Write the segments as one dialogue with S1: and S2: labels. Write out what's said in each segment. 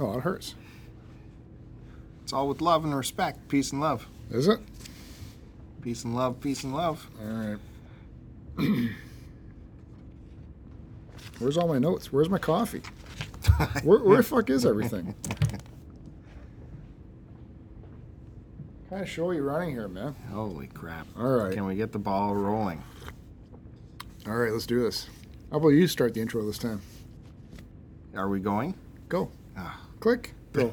S1: Oh, it hurts.
S2: It's all with love and respect, peace and love.
S1: Is it?
S2: Peace and love, peace and love.
S1: All right. Where's all my notes? Where's my coffee? Where, where the fuck is everything? kind of show you running here, man.
S2: Holy crap.
S1: All right.
S2: Can we get the ball rolling?
S1: All right, let's do this. How about you start the intro this time?
S2: Are we going?
S1: Go.
S2: Ah.
S1: Click. Go.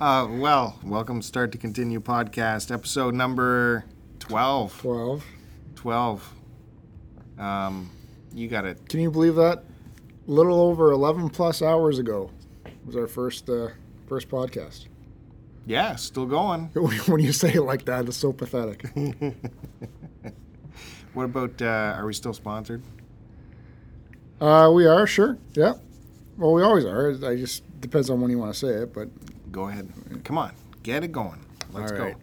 S2: Uh, well, welcome to Start to Continue podcast, episode number 12.
S1: 12.
S2: 12. Um, you got it.
S1: Can you believe that? A little over 11 plus hours ago was our first uh, first podcast.
S2: Yeah, still going.
S1: when you say it like that, it's so pathetic.
S2: What about, uh, are we still sponsored?
S1: Uh, we are, sure. Yeah. Well, we always are. I just depends on when you want to say it, but
S2: Go ahead. Come on, get it going. Let's
S1: All
S2: go.
S1: right.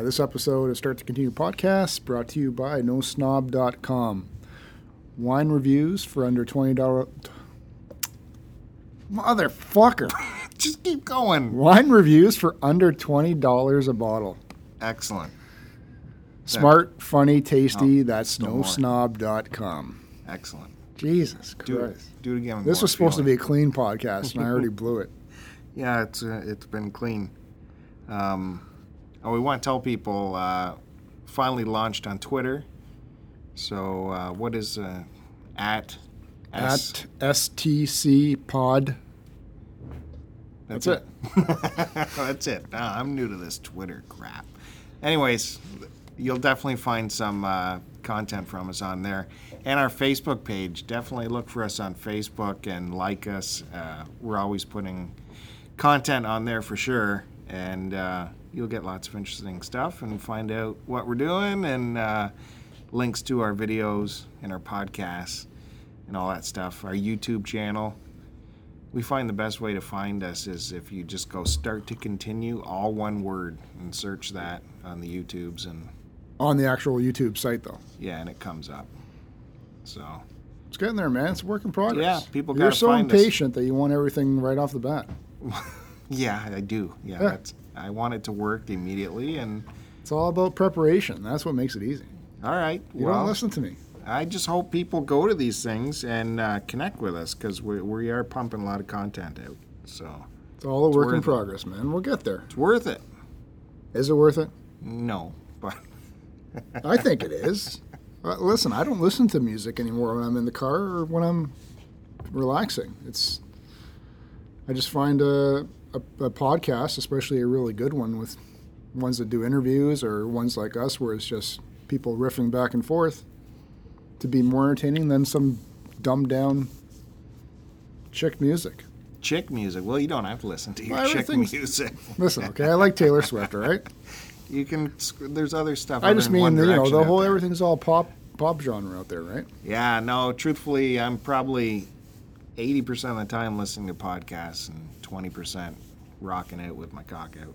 S1: Uh, this episode of Start to Continue podcast brought to you by nosnob.com. Wine reviews for under $20. Motherfucker.
S2: Just keep going.
S1: Wine reviews for under $20 a bottle.
S2: Excellent.
S1: Smart, funny, tasty. that's
S2: no more.
S1: nosnob.com.
S2: Excellent.
S1: Jesus Christ.
S2: Do it. Do it again. with
S1: This
S2: more
S1: was supposed to
S2: feeling.
S1: be a clean podcast, and I already blew it.
S2: Yeah, it's uh, it's been clean. Um, oh, we want to tell people uh, finally launched on Twitter. So uh, what is uh, at S-
S1: At STC Pod.
S2: That's,
S1: that's
S2: it. that's it. Ah, I'm new to this Twitter crap. Anyways, you'll definitely find some uh, content from us on there, and our Facebook page. Definitely look for us on Facebook and like us. Uh, we're always putting content on there for sure, and uh, you'll get lots of interesting stuff and find out what we're doing and uh, links to our videos and our podcasts and all that stuff. Our YouTube channel. We find the best way to find us is if you just go start to continue, all one word, and search that on the YouTubes, and
S1: On the actual YouTube site, though.
S2: yeah, and it comes up. So,
S1: It's getting there, man. It's a work in progress.
S2: Yeah, people
S1: You're
S2: gotta
S1: so
S2: find us.
S1: impatient that you want everything right off the bat.
S2: yeah, I do. Yeah,
S1: Yeah.
S2: that's. I want it to work immediately, and
S1: It's all about preparation. That's what makes it easy.
S2: all right.
S1: You
S2: well,
S1: don't listen to me.
S2: I just hope people go to these things and uh, connect with us because we we are pumping a lot of content out. So
S1: It's all a work in
S2: worth it.
S1: progress, man. We'll get there.
S2: it's worth it.
S1: Is it worth it?
S2: No, but
S1: I think it is. Uh, listen, I don't listen to music anymore when I'm in the car or when I'm relaxing. It's I just find a, a, a podcast, especially a really good one with ones that do interviews or ones like us where it's just people riffing back and forth to be more entertaining than some dumbed down chick music.
S2: chick music. Well, you don't have to listen to your
S1: Well,
S2: chick
S1: everything's-
S2: music.
S1: Listen, okay, I like Taylor Swift, all right?
S2: You can. There's other stuff.
S1: I
S2: other
S1: just
S2: than One
S1: mean, the, you know,
S2: Direction
S1: the
S2: out
S1: whole
S2: there.
S1: everything's all pop pop genre out there, right?
S2: Yeah, no, truthfully, I'm probably 80% of the time listening to podcasts and 20% rocking it with my cock out.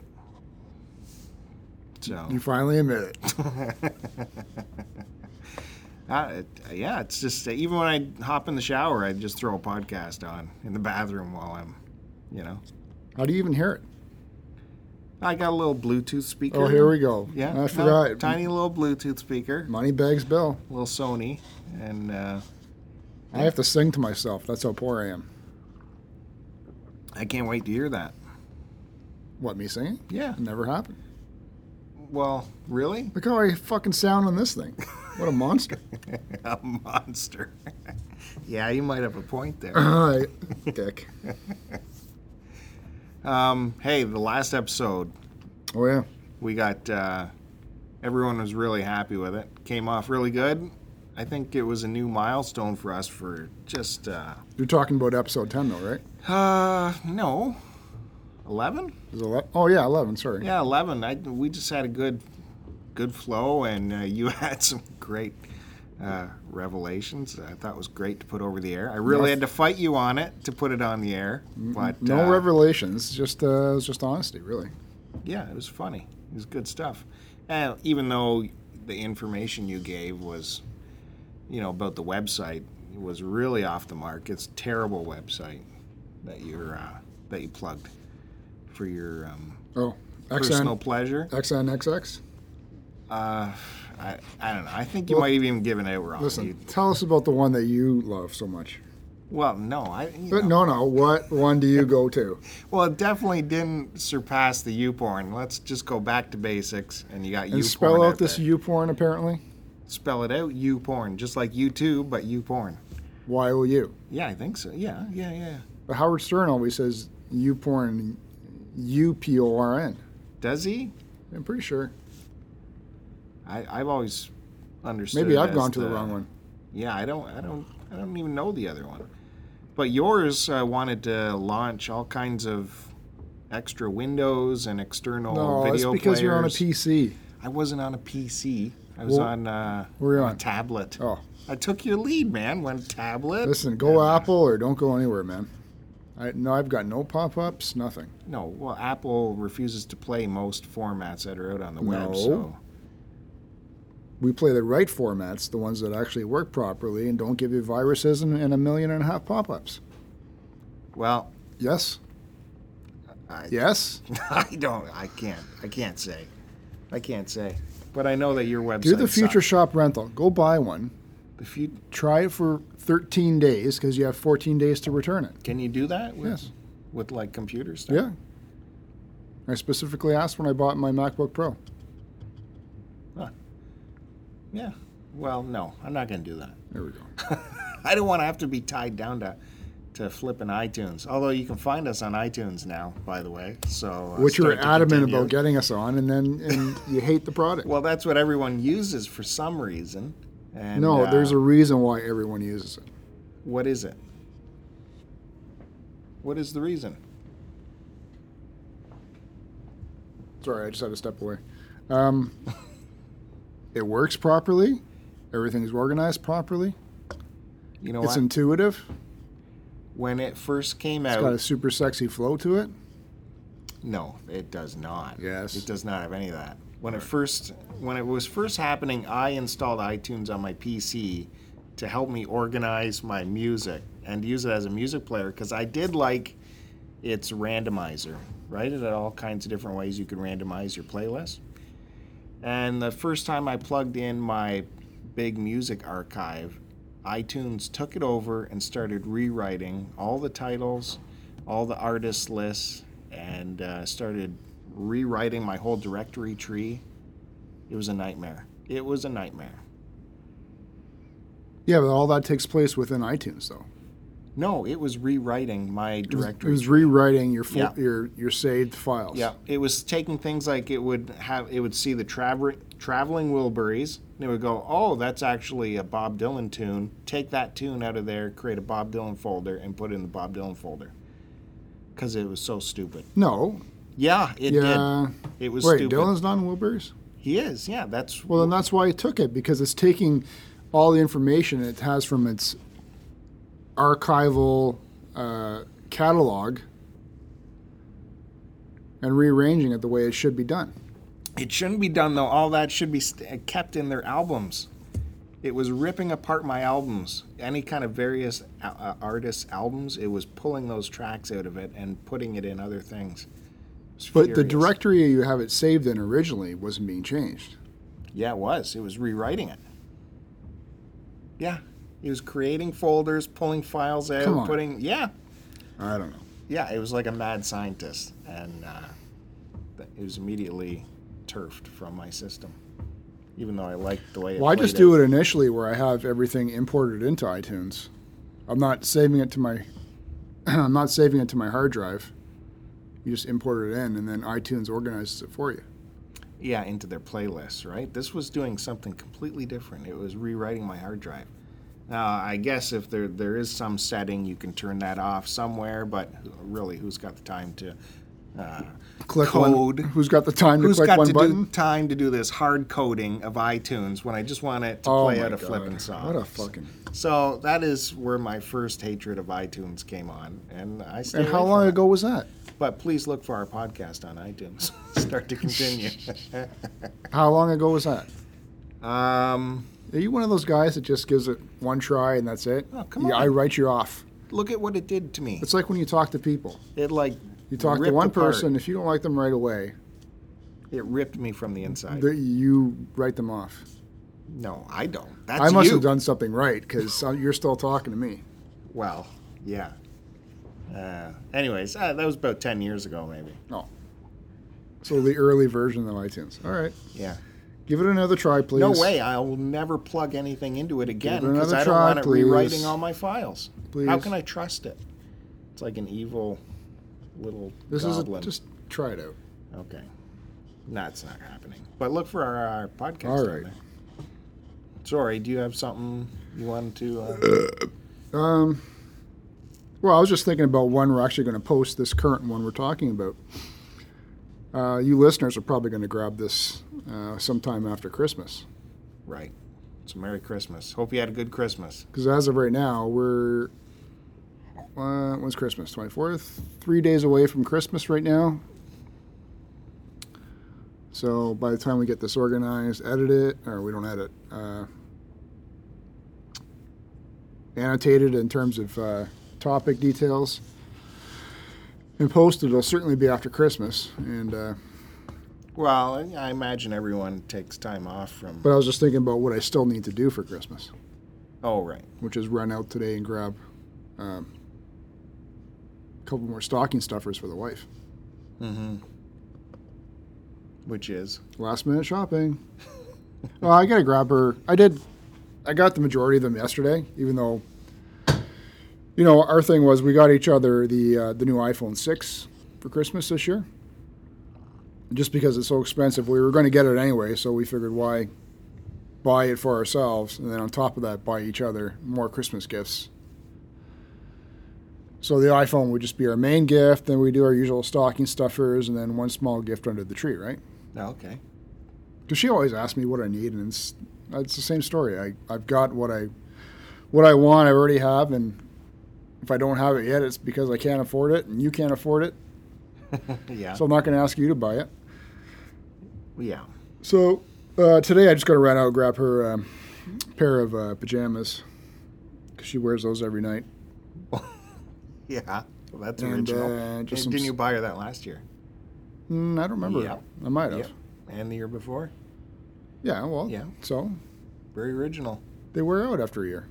S2: So,
S1: You finally admit it.
S2: uh, it, yeah, it's just even when I hop in the shower, I just throw a podcast on in the bathroom while I'm, you know,
S1: How do you even hear it?
S2: I got a little Bluetooth speaker.
S1: Oh, here we go.
S2: Yeah,
S1: I
S2: no,
S1: forgot.
S2: Tiny little Bluetooth speaker,
S1: Moneybags Bill.
S2: little Sony, and uh,
S1: I have to sing to myself. That's how poor I am.
S2: I can't wait to hear that.
S1: What, me singing?
S2: Yeah.
S1: It never happened.
S2: Well, really?
S1: Look how I fucking sound on this thing. What a monster.
S2: a monster. yeah, you might have a point there.
S1: All right, dick.
S2: Um, hey, the last episode,
S1: Oh, yeah.
S2: we got uh, everyone was really happy with it. Came off really good. I think it was a new milestone for us for just uh,
S1: You're talking about episode 10, though, right?
S2: uh no, eleven.
S1: Is it ele- oh, yeah, 11, sorry.
S2: Yeah, eleven. I, we just had a good good flow, and uh, you had some great. Uh, revelations that I thought was great to put over the air. I really had to fight you on it to put it on the air, but
S1: No
S2: uh,
S1: revelations, just uh, it was just honesty, really.
S2: yeah, it was funny. It was good stuff. And even though the information you gave was, you know, about the website was really off the mark. It's a terrible website. that you're uh, that you plugged for your um,
S1: Oh,
S2: personal
S1: XN,
S2: pleasure?
S1: XNXX.
S2: Uh, I, I don't know. I think you might have even given it wrong. You-
S1: Listen, tell us about the one that you love so much.
S2: well, no, I. You
S1: But
S2: know.
S1: no, no, what one do you go to?
S2: Well, it definitely didn't surpass the U porn. Let's just go back to basics, and you got
S1: And
S2: U
S1: spell out this
S2: There.
S1: U porn apparently.
S2: Spell it out, U porn, just like YouTube, but U porn.
S1: Y O U.
S2: Yeah, I think so. Yeah, yeah, yeah.
S1: But Howard Stern always says U porn, U P O R N.
S2: Does he?
S1: I'm pretty sure.
S2: I, I've always understood.
S1: Maybe
S2: it
S1: I've
S2: as
S1: gone to the wrong one.
S2: Yeah, I don't, I don't, I don't even know the other one. But yours uh, wanted to launch all kinds of extra windows and external
S1: No, it's
S2: video
S1: because
S2: players.
S1: you're on a PC.
S2: I wasn't on a PC. I was
S1: Well,
S2: on, uh,
S1: we're
S2: on a
S1: on.
S2: tablet.
S1: Oh,
S2: I took your lead, man. Went tablet.
S1: listen, go Apple or don't go anywhere, man. I, no, I've got no pop ups, nothing.
S2: No, well, Apple refuses to play most formats that are out on the web.
S1: No.
S2: So
S1: We play the right formats, the ones that actually work properly and don't give you viruses and, and a million and a half pop ups.
S2: well,
S1: Yes,
S2: I,
S1: yes.
S2: I don't. I can't. I can't say. I can't say. But I know that your website.
S1: Do the future
S2: sucks.
S1: shop rental. Go buy one.
S2: The fut-
S1: Try it for 13 days because you have 14 days to return it.
S2: Can you do that? With,
S1: Yes.
S2: With like computer stuff.
S1: Yeah. I specifically asked when I bought my MacBook Pro.
S2: Yeah. Well, no, I'm not going to do that.
S1: There we go.
S2: I don't want to have to be tied down to to flipping iTunes. Although you can find us on iTunes now, by the way. So uh,
S1: Which you were
S2: start to
S1: adamant
S2: continue.
S1: about getting us on, and then and you hate the product.
S2: Well, that's what everyone uses for some reason. And,
S1: no,
S2: uh,
S1: there's a reason why everyone uses it.
S2: What is it? What is the reason?
S1: Sorry, I just had to step away. Um, it works properly. Everything's organized properly.
S2: You know
S1: It's
S2: what?
S1: intuitive.
S2: when it first came
S1: It's
S2: out,
S1: got a super sexy flow to it.
S2: No, it does not.
S1: Yes.
S2: It does not have any of that. When it first when it was first happening, I installed iTunes on my PC to help me organize my music and use it as a music player because I did like its randomizer, right? It had all kinds of different ways you can randomize your playlist. And the first time I plugged in my big music archive, iTunes took it over and started rewriting all the titles, all the artist lists, and uh, started rewriting my whole directory tree. It was a nightmare. It was a nightmare.
S1: Yeah, but all that takes place within iTunes, though.
S2: No, it was rewriting my
S1: It was, it
S2: directory.
S1: was rewriting your fo-
S2: Yeah.
S1: your your saved files.
S2: Yeah, it was taking things like it would have it would see the traver- traveling Wilburys and it would go, "Oh, that's actually a Bob Dylan tune. Take that tune out of there, create a Bob Dylan folder and put it in the Bob Dylan folder." Cuz it was so stupid.
S1: No.
S2: Yeah, it
S1: yeah.
S2: did. It was
S1: Wait,
S2: stupid.
S1: Dylan's not in Wilburys.
S2: He is. Yeah, that's
S1: Well, then that's why it took it because it's taking all the information it has from its archival uh, catalog and rearranging it the way it should be done.
S2: It shouldn't be done though. All that should be st- uh, kept in their albums. It was ripping apart my albums, any kind of various uh, uh, artists' albums. It was pulling those tracks out of it and putting it in other things. It was
S1: But the
S2: furious.
S1: directory you have it saved in originally wasn't being changed.
S2: yeah, it was. It was rewriting it. Yeah, it was creating folders, pulling files out,
S1: Come on.
S2: putting yeah,
S1: I don't know.
S2: yeah. It was like a mad scientist, and uh, th- it was immediately turfed from my system, even though I liked the way. It
S1: Well, I
S2: played
S1: just do it initially where I have everything imported into iTunes. I'm not saving it to my I'm not saving it to my hard drive. You just import it in and then iTunes organizes it for you.
S2: yeah into their playlists right this was doing something completely different it was rewriting my hard drive now i guess if there there is some setting you can turn that off somewhere but really who's got the time to uh,
S1: click
S2: Code.
S1: One, who's got the time to
S2: who's
S1: click
S2: got
S1: one
S2: to
S1: button?
S2: do time to do this hard coding of itunes when i just want it to play out a flipping song
S1: Oh What a fucking.
S2: so that is where my first hatred of itunes came on and i stay
S1: And how
S2: away from
S1: long
S2: it.
S1: ago was that?
S2: but please look for our podcast on itunes start to continue
S1: How long ago was that?
S2: um
S1: Are you one of those guys that just gives it one try and that's it?
S2: Oh, come
S1: Yeah,
S2: on.
S1: I write you off.
S2: look at what it did to me.
S1: It's like when you talk to people.
S2: It like
S1: You talk to
S2: ripped
S1: one
S2: apart.
S1: person. If you don't like them right away,
S2: It ripped me from the inside.
S1: that you write them off.
S2: no, I don't. That's
S1: I must
S2: you.
S1: have done something right because you're still talking to me.
S2: Well, yeah. Uh, anyways, uh, that was about ten years ago, maybe.
S1: No. So the early version of iTunes. All right,
S2: Yeah.
S1: give it another try, please.
S2: No way. I will never plug anything into it again
S1: Give it
S2: because
S1: another
S2: I don't
S1: try,
S2: want it
S1: please.
S2: rewriting all my files. How
S1: Please.
S2: can I trust it? It's like an evil little
S1: This
S2: goblin.
S1: is a, just try it out.
S2: okay. No, it's not happening. But look for our, our podcast.
S1: All
S2: on
S1: right.
S2: there. Sorry. Do you have something you wanted to? Uh,
S1: Um, well, I was just thinking about one we're actually going to post this current one we're talking about. Uh, you listeners are probably going to grab this uh, sometime after Christmas
S2: right. So Merry Christmas. Hope you had a good Christmas.
S1: because as of right now we're uh, when's Christmas? Twenty fourth. Three days away from Christmas right now. So by the time we get this organized, edit it, or we don't edit, uh, annotated in terms of uh, topic details, and posted, it'll certainly be after Christmas. And uh,
S2: Well, I- I imagine everyone takes time off from.
S1: but I was just thinking about what I still need to do for Christmas,
S2: Oh, right.
S1: which is run out today and grab um, a couple more stocking stuffers for the wife.
S2: Mm-hmm. Which is
S1: Last minute shopping. well, I gotta grab her. I did. I got the majority of them yesterday, even though. You know, our thing was we got each other the uh, the new iPhone six for Christmas this year. Just because it's so expensive, we were going to get it anyway, so we figured why buy it for ourselves, and then on top of that, buy each other more Christmas gifts. So the iPhone would just be our main gift, then we do our usual stocking stuffers, and then one small gift under the tree, right?
S2: oh, okay.
S1: because she always asks me what I need, and it's it's the same story. I I've got what I what I want. I already have, and if I don't have it yet, it's because I can't afford it, and you can't afford it.
S2: yeah.
S1: So I'm not going to ask you to buy it.
S2: yeah.
S1: So uh, today I just got to run out and grab her um, pair of uh, pajamas because she wears those every night.
S2: Yeah. Well, that's
S1: And,
S2: original.
S1: uh, just
S2: Hey,
S1: some
S2: Didn't
S1: s-
S2: you buy her that last year?
S1: Mm, I don't remember.
S2: Yep.
S1: I might have.
S2: And the year before?
S1: Yeah. Well.
S2: Yeah.
S1: So
S2: Very original.
S1: they wear out after a year.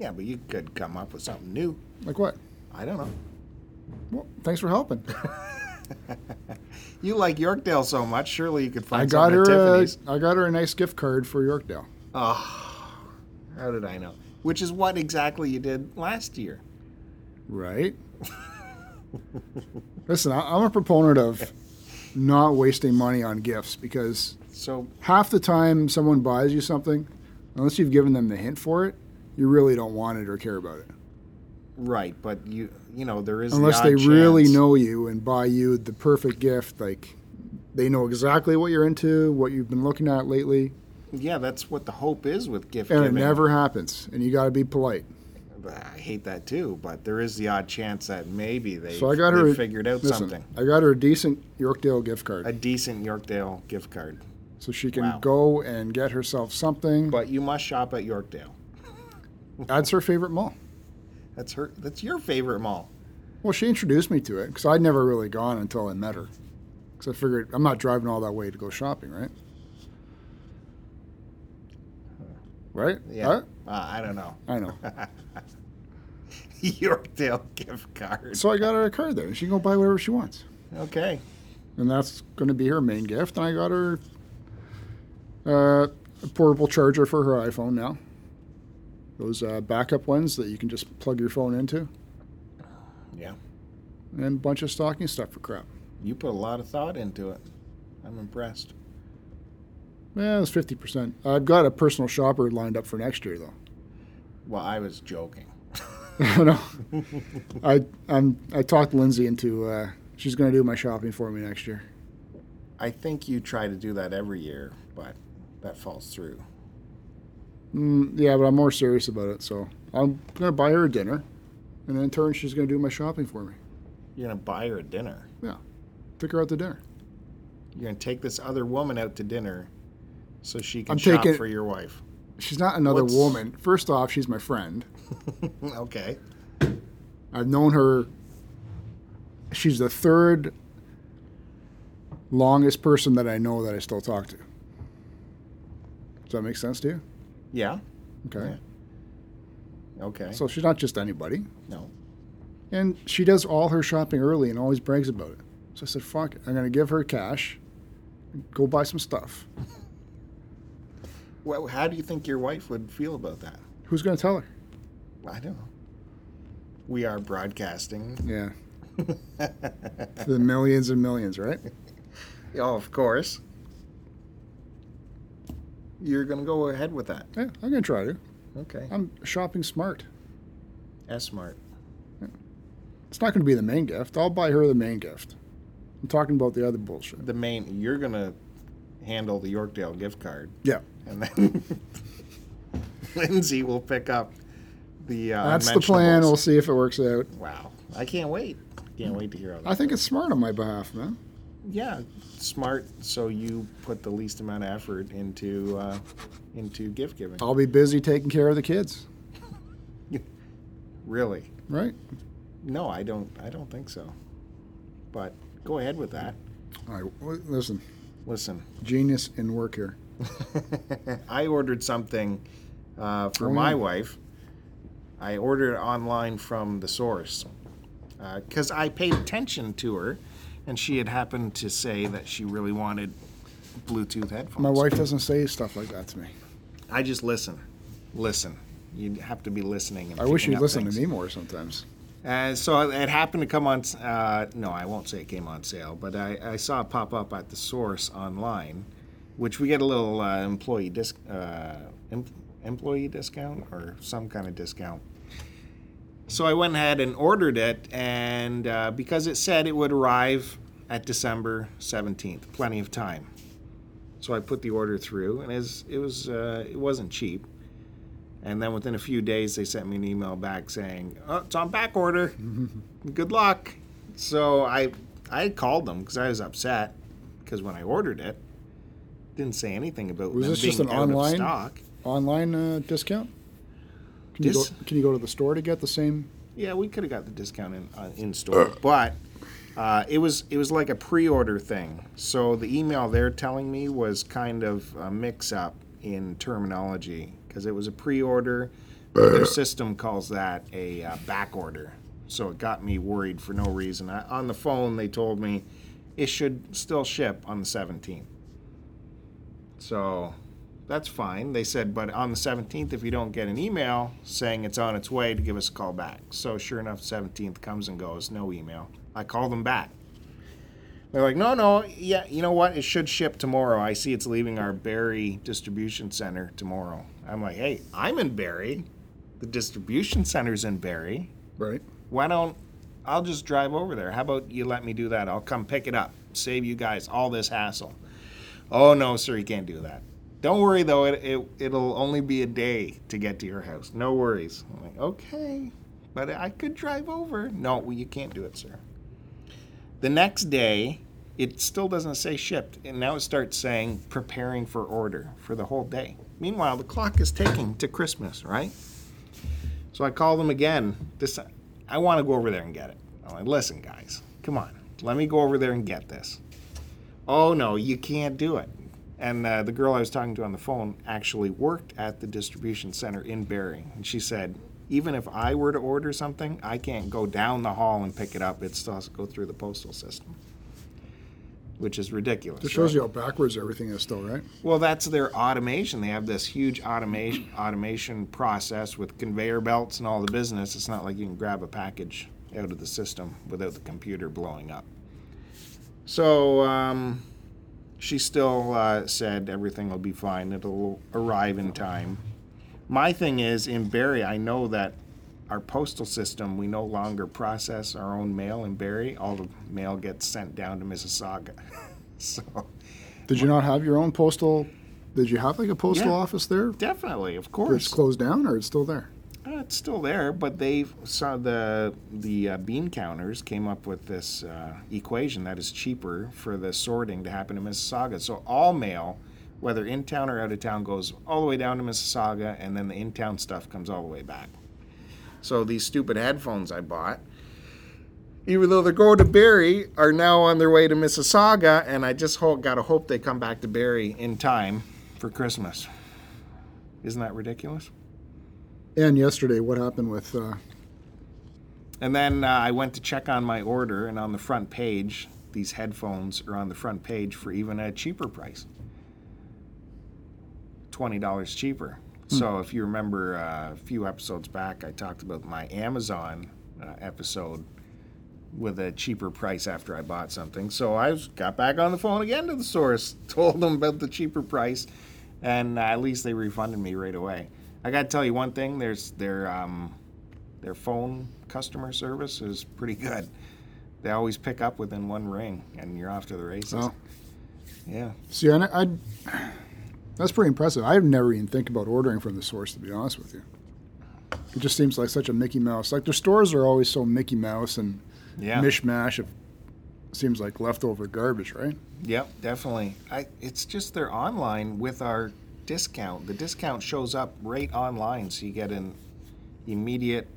S2: Yeah, but you could come up with something new.
S1: Like what?
S2: I don't know.
S1: Well, thanks for helping.
S2: You like Yorkdale so much, surely you could find
S1: I got
S2: something at
S1: her. A,
S2: Tiffany's.
S1: I got her a nice gift card for Yorkdale.
S2: Oh, how did I know? Which is what exactly you did last year.
S1: Right. Listen, I, I'm a proponent of not wasting money on gifts because
S2: So,
S1: half the time someone buys you something, unless you've given them the hint for it, you really don't want it or care about it.
S2: right, but you you know, there is the
S1: Unless
S2: odd
S1: they really
S2: chance.
S1: know you and buy you the perfect gift, like they know exactly what you're into, what you've been looking at lately,
S2: Yeah, that's what the hope is with gift
S1: and
S2: giving.
S1: it never happens. And you got to be polite.
S2: I hate that too, but there is the odd chance that maybe they
S1: So I got her. a-
S2: figured out
S1: listen,
S2: something.
S1: I got her a decent Yorkdale gift
S2: A
S1: card,
S2: decent Yorkdale gift card.
S1: so she can
S2: Wow.
S1: go and get herself something.
S2: But you must shop at Yorkdale.
S1: That's her favorite mall.
S2: That's her that's your favorite mall.
S1: Well, she introduced me to it because I'd never really gone until I met her. Because I figured I'm not driving all that way to go shopping, right? Right?
S2: Yeah.
S1: Huh?
S2: Uh, I don't know.
S1: I know.
S2: Yorkdale gift card.
S1: so I got her a card there, and she can go buy whatever she wants,
S2: Okay.
S1: and that's going to be her main gift. And I got her uh, a portable charger for her iPhone now. Those uh, backup ones that you can just plug your phone into,
S2: Yeah.
S1: and a bunch of stocking stuff for crap.
S2: You put a lot of thought into it. I'm impressed.
S1: Yeah, it's fifty percent. I've got a personal shopper lined up for next year, though.
S2: Well, I was joking.
S1: no, I I'm, I talked Lindsay into uh, she's going to do my shopping for me next year.
S2: I think you try to do that every year, but that falls through.
S1: Mm, yeah, but I'm more serious about it, so I'm going to buy her a dinner, and in turn she's going to do my shopping for me.
S2: You're gonna buy her a dinner.
S1: Take her out to dinner.
S2: You're gonna take this other woman out to dinner so she can
S1: I'm
S2: shop
S1: taking-
S2: for your wife.
S1: She's not another
S2: What's-
S1: woman. First off, she's my friend.
S2: okay.
S1: I've known her. She's the third longest person that I know that I still talk to. Does that make sense to you?
S2: Yeah.
S1: Okay.
S2: Okay.
S1: So she's not just anybody.
S2: no.
S1: And she does all her shopping early and always brags about it. So I said, fuck it. I'm going to give her cash, go buy some stuff.
S2: Well, how do you think your wife would feel about that?
S1: Who's going to tell her?
S2: I don't know. We are broadcasting.
S1: Yeah. To the millions and millions, right?
S2: Oh, of course. You're going to go ahead with that.
S1: Yeah, I'm going to try to.
S2: Okay.
S1: I'm shopping smart.
S2: S smart.
S1: It's not going to be the main gift. I'll buy her the main gift. I'm talking about the other bullshit.
S2: The main, you're going to handle the Yorkdale gift card,
S1: Yeah.
S2: and then Lindsay will pick up the. Uh,
S1: That's the plan. We'll
S2: unmentionables.
S1: see if it works out.
S2: Wow. I can't wait. Can't wait to hear all that.
S1: I think it's smart on my behalf, man.
S2: yeah, smart. So you put the least amount of effort into uh, into gift giving.
S1: I'll be busy taking care of the kids,
S2: Really?
S1: right?
S2: No, I don't. I don't think so. But go ahead with that.
S1: All right. w- Listen,
S2: Listen,
S1: genius in work here.
S2: I ordered something uh, for
S1: Oh,
S2: my
S1: yeah.
S2: wife. I ordered it online from the source because I paid attention to her, and she had happened to say that she really wanted Bluetooth headphones.
S1: My wife doesn't say stuff like that to me.
S2: I just listen, listen. You have to be listening. And
S1: I wish
S2: picking
S1: you'd
S2: up
S1: listen
S2: things.
S1: to me more sometimes.
S2: Uh, so it happened to come on. s- Uh, no, I won't say it came on sale, but I, I saw it pop up at the source online, which we get a little uh, employee disc, uh, em- employee discount or some kind of discount. So I went ahead and ordered it, and uh, because it said it would arrive at December seventeenth, plenty of time. So I put the order through, and as it was, uh, it wasn't cheap. And then within a few days, they sent me an email back saying, oh, "It's on back order. Good luck." So I I called them because I was upset because when I ordered it, didn't say anything about
S1: Was
S2: them
S1: this just
S2: being
S1: an
S2: out of
S1: online-
S2: stock.
S1: Online uh, discount? Can, you
S2: Dis-
S1: go, can you go to the store to get the same?
S2: Yeah, we could have got the discount in uh, in store, but uh, it was it was like a pre-order thing. So the email they're telling me was kind of a mix-up in terminology because it was a pre-order. but Their system calls that a uh, back order. So it got me worried for no reason. I, on the phone, they told me it should still ship on the 17th. So that's fine. They said, but on the 17th, if you don't get an email saying it's on its way, to give us a call back. So sure enough, 17th comes and goes, no email. I call them back. They're like, no, no, yeah, you know what? It should ship tomorrow. I see it's leaving our Barry distribution center tomorrow. I'm like, hey, I'm in Barry. The distribution center's in Barry.
S1: Right.
S2: Why don't I'll just drive over there? How about you let me do that? I'll come pick it up. Save you guys all this hassle. Oh no, sir, you can't do that. Don't worry though, it, it it'll only be a day to get to your house. No worries. I'm like, okay, but I could drive over. No, well, you can't do it, sir. The next day, it still doesn't say shipped, and now it starts saying preparing for order for the whole day. Meanwhile, the clock is ticking to Christmas, right? So I call them again. This I want to go over there and get it. I'm like, listen, guys, come on, let me go over there and get this. Oh no, you can't do it. And uh, the girl I was talking to on the phone actually worked at the distribution center in Barrie, and she said, even if I were to order something, I can't go down the hall and pick it up. It still has to go through the postal system, which is ridiculous.
S1: It shows you
S2: right?
S1: how backwards everything is still, right?
S2: Well, that's their automation. They have this huge automation automation process with conveyor belts and all the business. It's not like you can grab a package out of the system without the computer blowing up. So um, she still uh, said everything will be fine. It'll arrive in time. My thing is in Barrie, I know that our postal system we no longer process our own mail in Barrie. All the mail gets sent down to Mississauga. so.
S1: Did you not have your own postal? Did you have like a postal
S2: Yeah.
S1: office there?
S2: Definitely, of
S1: Or it's
S2: course.
S1: closed down or it's still there?
S2: Uh, it's still there, but they saw the the uh, bean counters came up with this uh, equation that is cheaper for the sorting to happen in Mississauga. So all mail, whether in town or out of town, goes all the way down to Mississauga, and then the in town stuff comes all the way back. So these stupid headphones I bought, even though they're going to Barrie, are now on their way to Mississauga, and I just hope, gotta hope they come back to Barrie in time for Christmas. Isn't that ridiculous?
S1: And yesterday, what happened with? Uh,
S2: And then uh, I went to check on my order, and on the front page, these headphones are on the front page for even a cheaper price $20 cheaper. So if you remember uh, a few episodes back, I talked about my Amazon uh, episode with a cheaper price after I bought something. So I was, got back on the phone again to the source, told them about the cheaper price, and uh, at least they refunded me right away. I got to tell you one thing: there's their um, their phone customer service is pretty good. They always pick up within one ring, and you're off to the races.
S1: Oh.
S2: Yeah,
S1: see, I, I that's pretty impressive. I've never even think about ordering from the source, to be honest with you. It just seems like such a Mickey Mouse. Like their stores are always so Mickey Mouse and
S2: yeah.
S1: mishmash of seems like leftover garbage, right?
S2: Yep, definitely. I, it's just they're online with our discount. The discount shows up right online, so you get an immediate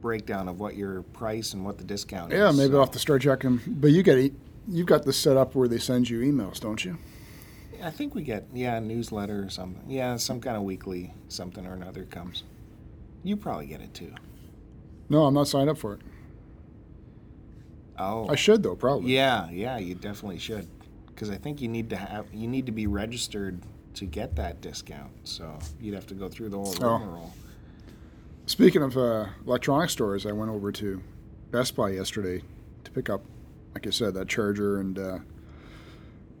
S2: breakdown of what your price and what the discount
S1: Yeah,
S2: is.
S1: maybe
S2: so
S1: I'll have to start checking. But you get e- you've got this set up where they send you emails, don't you?
S2: I think we get yeah a newsletter or something. Yeah, some kind of weekly something or another comes. You probably get it too.
S1: No, I'm not signed up for it.
S2: Oh,
S1: I should though, probably.
S2: yeah, yeah. You definitely should, because I think you need to have you need to be registered to get that discount. So you'd have to go through the whole
S1: Oh.
S2: rigmarole.
S1: Speaking of uh, electronic stores, I went over to Best Buy yesterday to pick up, like I said, that charger, and uh,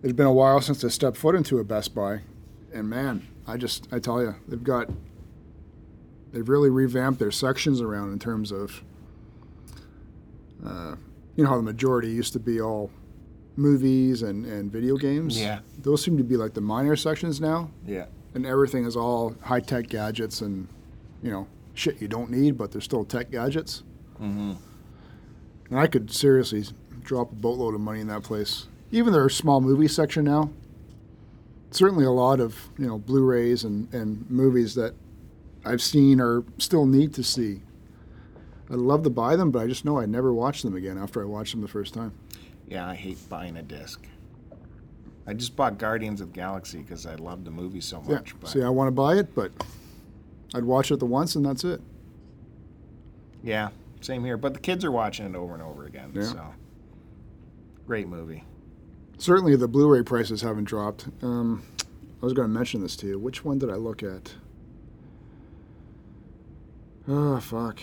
S1: it had been a while since I stepped foot into a Best Buy, and man, I just I tell you, they've got they've really revamped their sections around in terms of, uh, you know how the majority used to be all movies and and video games.
S2: Yeah.
S1: those seem to be like the minor sections now
S2: Yeah.
S1: and everything is all high tech gadgets and you know shit you don't need, but they're still tech gadgets.
S2: Mm-hmm.
S1: And I could seriously drop a boatload of money in that place. Even their small movie section now. Certainly, a lot of you know Blu-rays and and movies that I've seen or still need to see. I'd love to buy them, but I just know I'd never watch them again after I watched them the first time.
S2: Yeah, I hate buying a disc. I just bought Guardians of the Galaxy because I love the movie so
S1: Yeah.
S2: much. But
S1: See, I want to buy it, but I'd watch it the once and that's it.
S2: yeah, same here. But the kids are watching it over and over again.
S1: Yeah.
S2: So great movie.
S1: Certainly, the Blu-ray prices haven't dropped. Um, I was going to mention this to you. Which one did I look at? Oh fuck!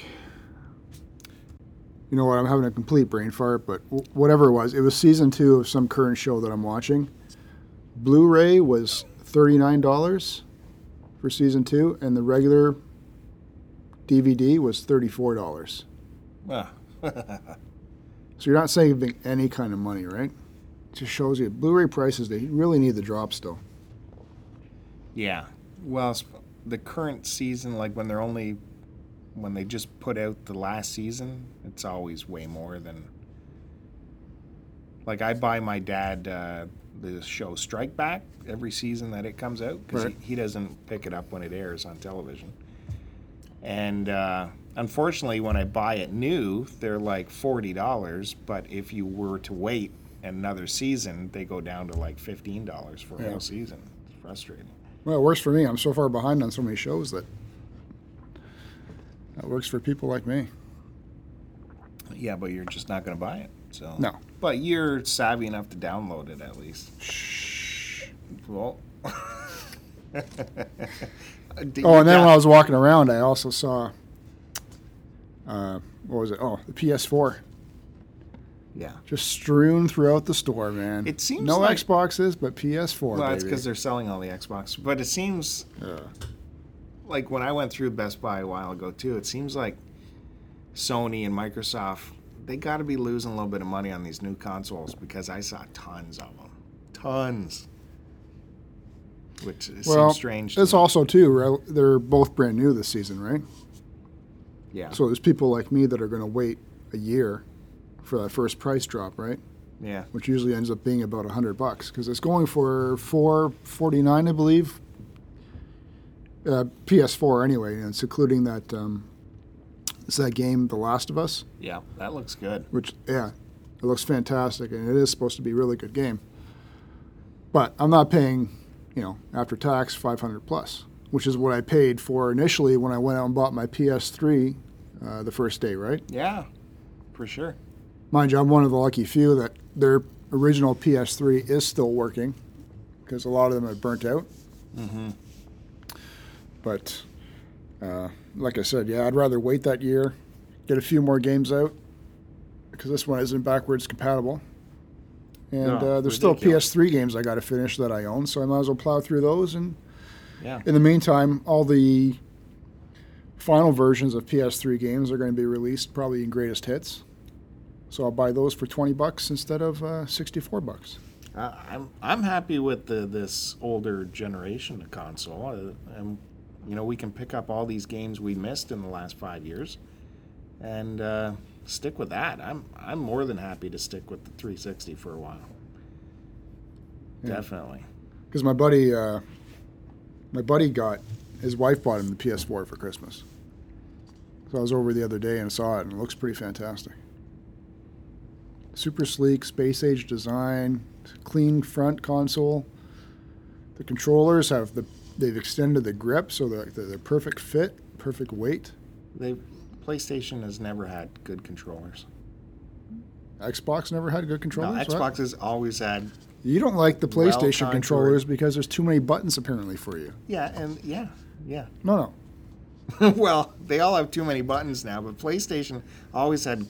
S1: You know what? I'm having a complete brain fart. But w- whatever it was, it was season two of some current show that I'm watching. Blu-ray was thirty-nine dollars for season two, and the regular DVD was thirty-four dollars.
S2: Ah.
S1: So you're not saving any kind of money, right? Just shows you Blu-ray prices. They really need the drop still.
S2: yeah. Well, sp- the current season, like when they're only when they just put out the last season, it's always way more than. Like I buy my dad uh, the show Strike Back every season that it comes out because
S1: Right.
S2: he, he doesn't pick it up when it airs on television. And uh, unfortunately, when I buy it new, they're like forty dollars. But if you were to wait another season, they go down to like fifteen dollars for a
S1: Yeah.
S2: whole season. It's frustrating.
S1: Well, it works for me. I'm so far behind on so many shows that that works for people like me.
S2: Yeah, but you're just not going to buy it. So
S1: No.
S2: But you're savvy enough to download it at least.
S1: Shh.
S2: Well.
S1: Oh, and then while I was walking around, I also saw uh, what was it? Oh, the PS4
S2: yeah.
S1: just strewn throughout the store, man.
S2: It seems
S1: no
S2: like-
S1: Xboxes, but PS4.
S2: Well, it's
S1: baby.
S2: because they're selling all the Xbox. But it seems
S1: Yeah.
S2: like when I went through Best Buy a while ago too, it seems like Sony and Microsoft they got to be losing a little bit of money on these new consoles because I saw tons of them, tons. Which is
S1: well,
S2: seems strange. to
S1: It's
S2: me.
S1: also too. Right? They're both brand new this season, right?
S2: yeah,
S1: So there's people like me that are going to wait a year for that first price drop, right?
S2: yeah,
S1: Which usually ends up being about a hundred bucks because it's going for four forty nine, I believe. Uh, PS4 anyway, and it's including that um, It's that game, The Last of Us,
S2: Yeah, that looks good.
S1: which yeah, it looks fantastic, and it is supposed to be a really good game. But I'm not paying, you know, after tax 500 plus, which is what I paid for initially when I went out and bought my PS3 uh, the first day, right?
S2: Yeah, for sure.
S1: Mind you, I'm one of the lucky few that their original PS3 is still working because a lot of them have burnt out.
S2: Mm-hmm.
S1: But uh, like I said, yeah, I'd rather wait that year, get a few more games out because this one isn't backwards compatible. And
S2: No,
S1: uh, there's still
S2: ridiculous.
S1: PS3 games I got to finish that I own, so I might as well plow through those. And
S2: Yeah.
S1: in the meantime, all the final versions of PS3 games are going to be released probably in greatest hits. So I'll buy those for 20 bucks instead of uh, 64 bucks.
S2: I- I'm I'm happy with the this older generation of console. Uh, And you know, we can pick up all these games we missed in the last five years, and uh, stick with that. I'm I'm more than happy to stick with the 360 for a while. Hmm.
S1: Yeah.
S2: Definitely.
S1: Because my buddy, uh, my buddy got his wife bought him the PS4 for Christmas. So I was over the other day and saw it, and it looks pretty fantastic. Super sleek, space age design, clean front console. The controllers have the they've extended the grip so they're, they're the perfect fit, perfect weight.
S2: They PlayStation has never had good controllers.
S1: Xbox never had good
S2: No,
S1: controllers. right?
S2: Xbox has always had
S1: You don't like the PlayStation
S2: Well-contoured.
S1: controllers because there's too many buttons apparently for you.
S2: yeah, and yeah, yeah.
S1: No, no.
S2: well, they all have too many buttons now, but PlayStation always had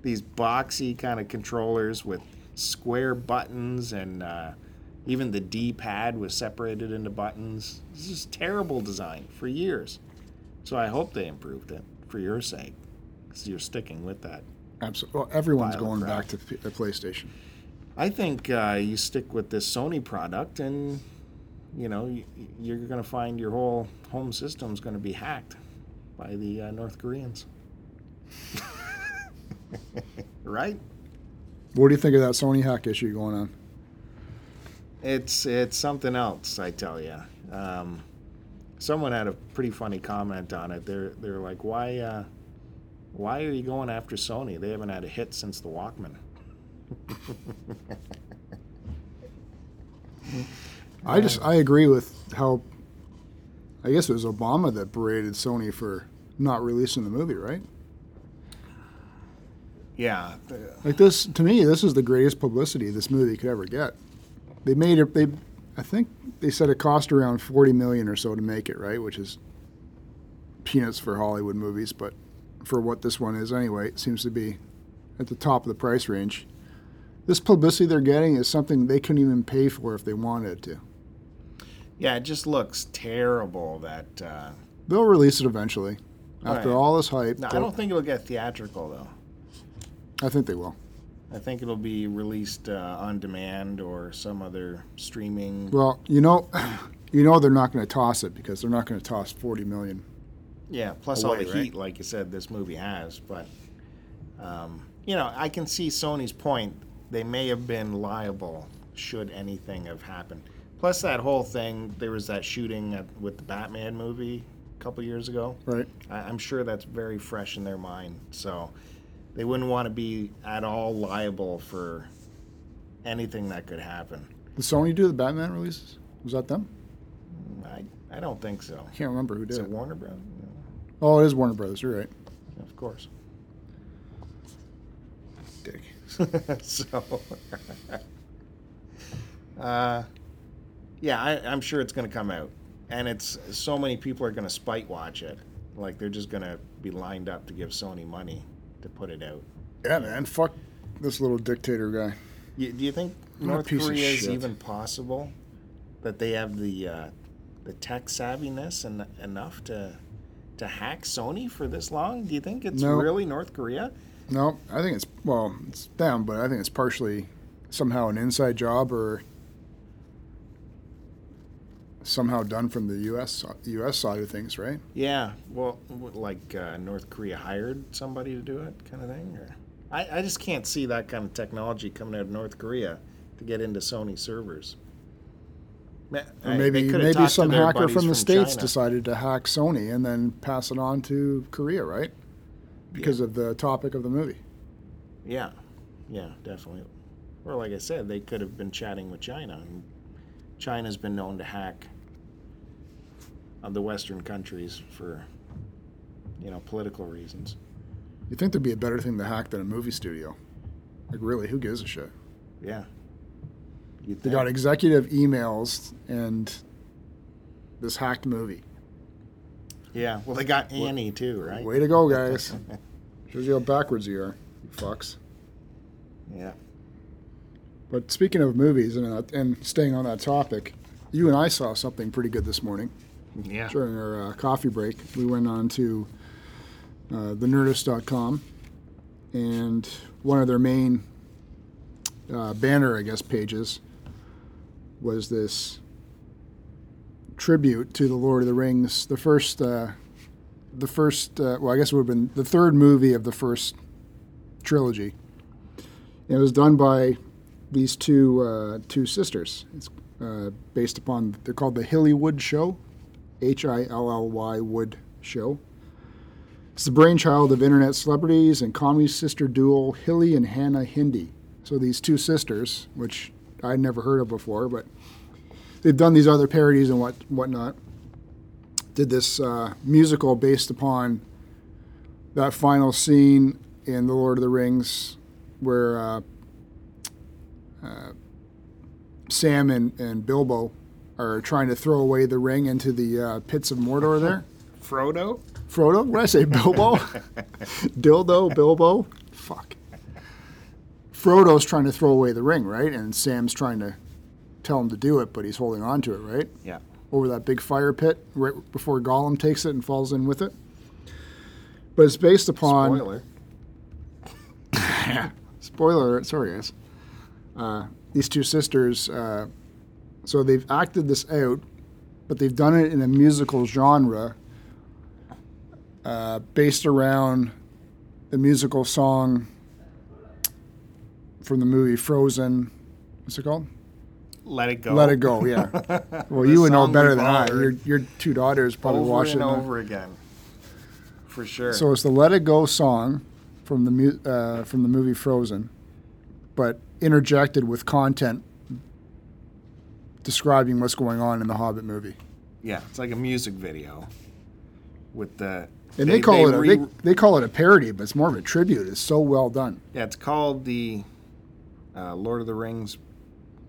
S2: these boxy kind of controllers with square buttons, and uh, even the D pad was separated into buttons. This is terrible design for years. So I hope they improved it for your sake, because you're sticking with that.
S1: Absolutely. Well, everyone's
S2: Pile of
S1: going
S2: crap.
S1: back to P- the PlayStation.
S2: I think uh, you stick with this Sony product, and you know y- you're going to find your whole home system's going to be hacked by the uh, North Koreans, right?
S1: What do you think of that Sony hack issue going on?
S2: It's it's something else, I tell you. Um, someone had a pretty funny comment on it. They're they're like, why uh, why are you going after Sony? They haven't had a hit since the Walkman.
S1: I just I agree with how I guess it was Obama that berated Sony for not releasing the movie, right?
S2: Yeah,
S1: Like this to me, this is the greatest publicity this movie could ever get. They made it. They, I think they said it cost around forty million or so to make it, right? Which is peanuts for Hollywood movies, but for what this one is anyway, it seems to be at the top of the price range. This publicity they're getting is something they couldn't even pay for if they wanted to.
S2: yeah. It just looks terrible that. Uh,
S1: They'll release it eventually. After
S2: Right.
S1: all this hype,
S2: No, I
S1: they'll-
S2: don't think it'll get theatrical though.
S1: I think they will.
S2: I think it'll be released uh, on demand or some other streaming.
S1: Well, you know, you know they're not going to toss it because they're not going to toss forty million.
S2: Yeah, plus all
S1: Away,
S2: the
S1: right?
S2: heat, like you said, this movie has. But um, you know, I can see Sony's point. They may have been liable should anything have happened. Plus that whole thing, there was that shooting at, with the Batman movie a couple years ago.
S1: Right.
S2: I, I'm sure that's very fresh in their mind. So they wouldn't want to be at all liable for anything that could happen.
S1: Did Sony do the Batman releases? Was that them?
S2: I, I don't think so.
S1: I can't remember who
S2: Is
S1: did.
S2: it
S1: It.
S2: Warner Brothers?
S1: Oh, it is Warner Brothers. You're right.
S2: No, of course.
S1: Dick.
S2: so, uh, yeah, I, I'm sure it's going to come out, and it's so many people are going to spite watch it. Like they're just going to be lined up to give Sony money to put it out.
S1: Yeah, man. Fuck this little dictator guy.
S2: You, do you think
S1: What a
S2: North
S1: piece of
S2: Korea is
S1: shit.
S2: even possible? That they have the uh, the tech savviness and enough to to hack Sony for this long? Do you think it's
S1: No.
S2: really North Korea?
S1: No, I think it's well, it's them, but I think it's partially somehow an inside job or somehow done from the U.S. U.S. side of things, right?
S2: Yeah, well, w- like uh, North Korea hired somebody to do it, kind of thing. Or I, I just can't see that kind of technology coming out of North Korea to get into Sony servers. Ma-
S1: Or
S2: I-
S1: maybe
S2: they coulda
S1: maybe
S2: talked to
S1: some
S2: their
S1: hacker
S2: buddies
S1: from the states
S2: China.
S1: decided to hack Sony and then pass it on to Korea, right? because of the topic of the movie.
S2: Yeah, yeah, definitely. Or like I said, they could have been chatting with China. and China's been known to hack of the Western countries for, you know, political reasons.
S1: You'd think there'd be a better thing to hack than a movie studio. Like, really, who gives a shit?
S2: Yeah. You
S1: They got executive emails and this hacked movie.
S2: Yeah. Well, they got Annie too, right?
S1: Way to go, guys. Shows you how backwards you are, you fucks.
S2: Yeah.
S1: But speaking of movies and, uh, and staying on that topic, you and I saw something pretty good this morning.
S2: Yeah.
S1: during our uh, coffee break, we went on to uh, thenerdist.com, and one of their main uh, banner, I guess, pages was this tribute to the Lord of the Rings, the first, uh, the first, uh, well, I guess it would have been the third movie of the first trilogy. And it was done by these two uh, two sisters. It's uh, based upon they're called the Hillywood Show. H I L L Y Wood Show. It's the brainchild of internet celebrities and comedy sister duo Hilly and Hannah Hindi. So these two sisters, which I'd never heard of before, but they've done these other parodies and what whatnot. Did this uh, musical based upon that final scene in The Lord of the Rings, where uh, uh, Sam and, and Bilbo are trying to throw away the ring into the uh, pits of Mordor there.
S2: Frodo?
S1: Frodo? What did I say? Bilbo? Dildo, Bilbo? Fuck. Frodo's trying to throw away the ring, right? And Sam's trying to tell him to do it, but he's holding on to it, right?
S2: Yeah.
S1: over that big fire pit right before Gollum takes it and falls in with it. But it's based upon
S2: Spoiler.
S1: spoiler alert, sorry guys. Uh, these two sisters, uh, so they've acted this out, but they've done it in a musical genre uh, based around the musical song from the movie Frozen. What's it called?
S2: Let it go.
S1: Let it go. Yeah. Well, you would know
S2: song
S1: better
S2: we've
S1: than
S2: all
S1: I. Your,
S2: heard.
S1: your two daughters probably
S2: Over
S1: watched
S2: and
S1: it. and-
S2: over again. For sure.
S1: So it's the "Let It Go" song from the mu- uh, from the movie Frozen, but interjected with content describing what's going on in the Hobbit movie.
S2: yeah, it's like a music video with the.
S1: And they, call it a,
S2: re-
S1: they, they call it a parody, but it's more of a tribute. It's so well done.
S2: Yeah, it's called the uh, Lord of the Rings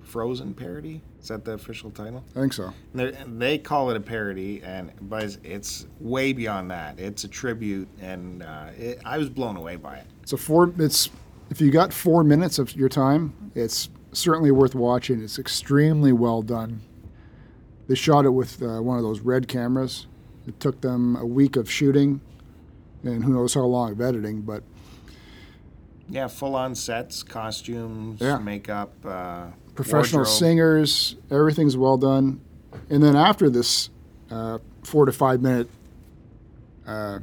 S2: Frozen parody. Is that the official title?
S1: I think so.
S2: They're, they call it a parody, and but it's, it's way beyond that. It's a tribute, and uh, it, I was blown away by it.
S1: It's a four. It's if you got four minutes of your time, it's certainly worth watching. It's extremely well done. They shot it with uh, one of those red cameras. It took them a week of shooting, and who knows how long of editing. But
S2: Yeah, full on sets, costumes,
S1: Yeah.
S2: makeup, uh,
S1: professional
S2: wardrobe.
S1: singers, everything's well done. And then after this uh, four to five minute uh,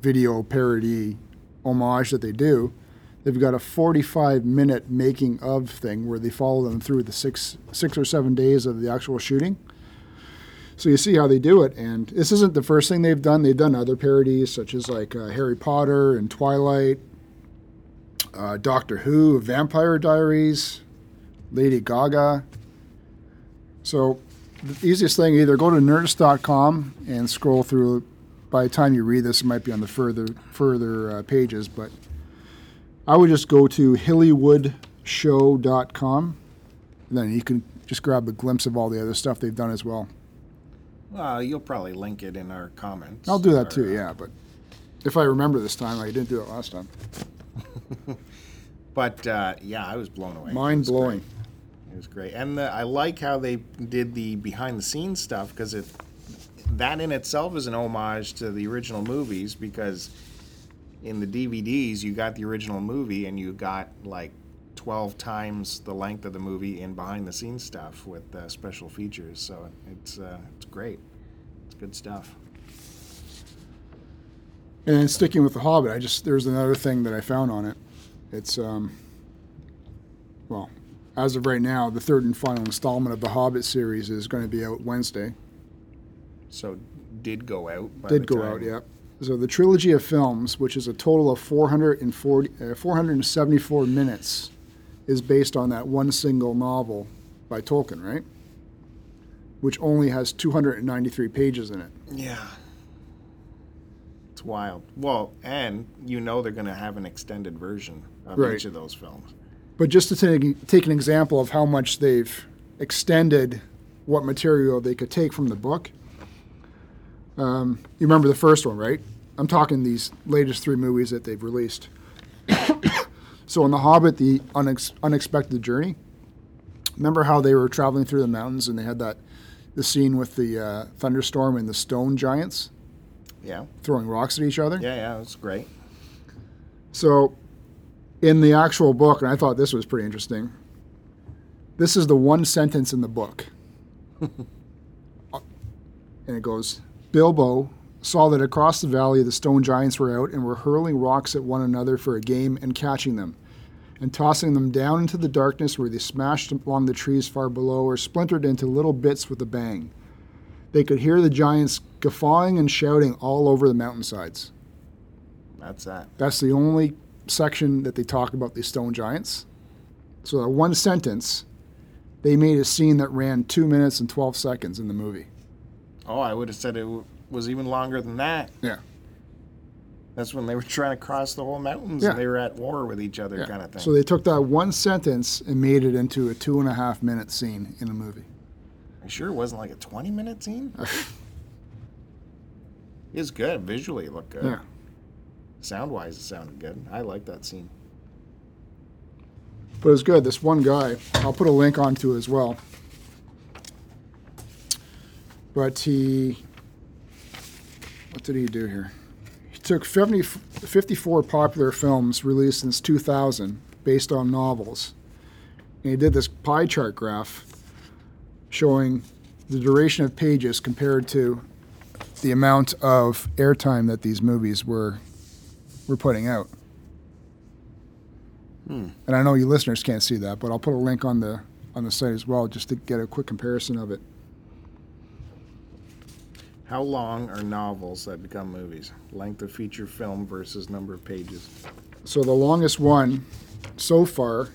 S1: video parody homage that they do, they've got a 45 minute making of thing where they follow them through the six six or seven days of the actual shooting. So you see how they do it, and this isn't the first thing they've done. They've done other parodies such as like uh, Harry Potter and Twilight, uh, Doctor Who, Vampire Diaries, Lady Gaga. So the easiest thing, either go to nerdist.com and scroll through. By the time you read this, it might be on the further further uh, pages, but I would just go to HillywoodShow.com, and then you can just grab a glimpse of all the other stuff they've done as well.
S2: Well, you'll probably link it in our comments.
S1: I'll do that
S2: or,
S1: too,
S2: uh,
S1: yeah. But if I remember this time, I didn't do it last time.
S2: But uh, yeah, I was blown away. It
S1: Mind
S2: was
S1: blowing.
S2: great. It was great, and the, I like how they did the behind the scenes stuff because it that in itself is an homage to the original movies because in the DVDs you got the original movie and you got like. 12 times the length of the movie in behind the scenes stuff with uh, special features so it's uh, it's great it's good stuff
S1: And then sticking with the Hobbit, I just there's another thing that I found on it. It's um, well, as of right now, the third and final installment of the Hobbit series is going to be out Wednesday.
S2: so did go out by
S1: Did
S2: the
S1: go
S2: time
S1: out, yep. So the trilogy of films, which is a total of 440, uh, 474 minutes, is based on that one single novel by Tolkien, right? Which only has 293 pages in it.
S2: Yeah. It's wild. Well, and you know they're going to have an extended version of
S1: Right.
S2: each of those films.
S1: But just to take, take an example of how much they've extended what material they could take from the book, um, you remember the first one, right? I'm talking these latest three movies that they've released. so in The Hobbit, The Unex- Unexpected Journey, remember how they were traveling through the mountains and they had that the scene with the uh, thunderstorm and the stone giants
S2: Yeah.
S1: throwing rocks at each other?
S2: Yeah, yeah, it's great.
S1: So, in the actual book, and I thought this was pretty interesting. This is the one sentence in the book. and it goes Bilbo saw that across the valley the stone giants were out and were hurling rocks at one another for a game and catching them, and tossing them down into the darkness where they smashed along the trees far below or splintered into little bits with a bang. They could hear the giants guffawing and shouting all over the mountainsides.
S2: That's that.
S1: That's the only section that they talk about the stone giants. So that one sentence, they made a scene that ran two minutes and twelve seconds in the movie.
S2: Oh, I would have said it w- was even longer than that.
S1: Yeah.
S2: That's when they were trying to cross the whole mountains
S1: Yeah.
S2: and they were at war with each other, kind of thing.
S1: So they took that one sentence and made it into a two and a half minute scene in a movie.
S2: I'm sure it wasn't like a 20 minute scene. it was good. Visually, it looked good.
S1: Yeah.
S2: Sound wise, it sounded good. I like that scene.
S1: But it was good. This one guy, I'll put a link onto it as well. But he, what did he do here? He took 70, 54 popular films released since 2000 based on novels. And he did this pie chart graph showing the duration of pages compared to the amount of airtime that these movies were were putting out. And I know you listeners can't see that, but I'll put a link on the on the site as well just to get a quick comparison of it.
S2: How long are novels that become movies? Length of feature film versus number of pages.
S1: So the longest one so far,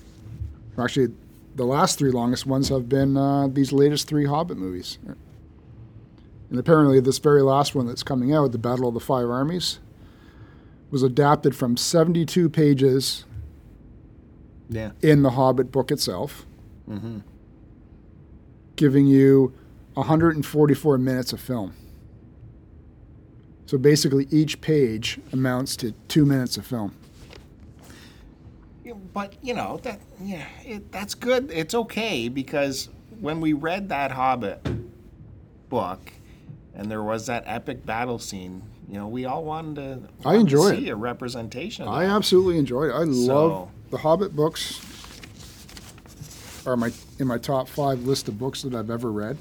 S1: or actually the last three longest ones have been uh, these latest three Hobbit movies. And apparently this very last one that's coming out, The Battle of the Five Armies, was adapted from 72 pages
S2: Yeah.
S1: in the Hobbit book itself, mm-hmm. giving you 144 minutes of film. So basically, each page amounts to two minutes of film.
S2: Yeah, but you know that yeah it, that's good it's okay because when we read that hobbit book and there was that epic battle scene you know we all wanted to
S1: I
S2: wanted to
S1: enjoy it.
S2: see a representation of
S1: I
S2: that.
S1: absolutely enjoyed it. I love
S2: So-
S1: the Hobbit books. Are my in my top five list of books that I've ever read,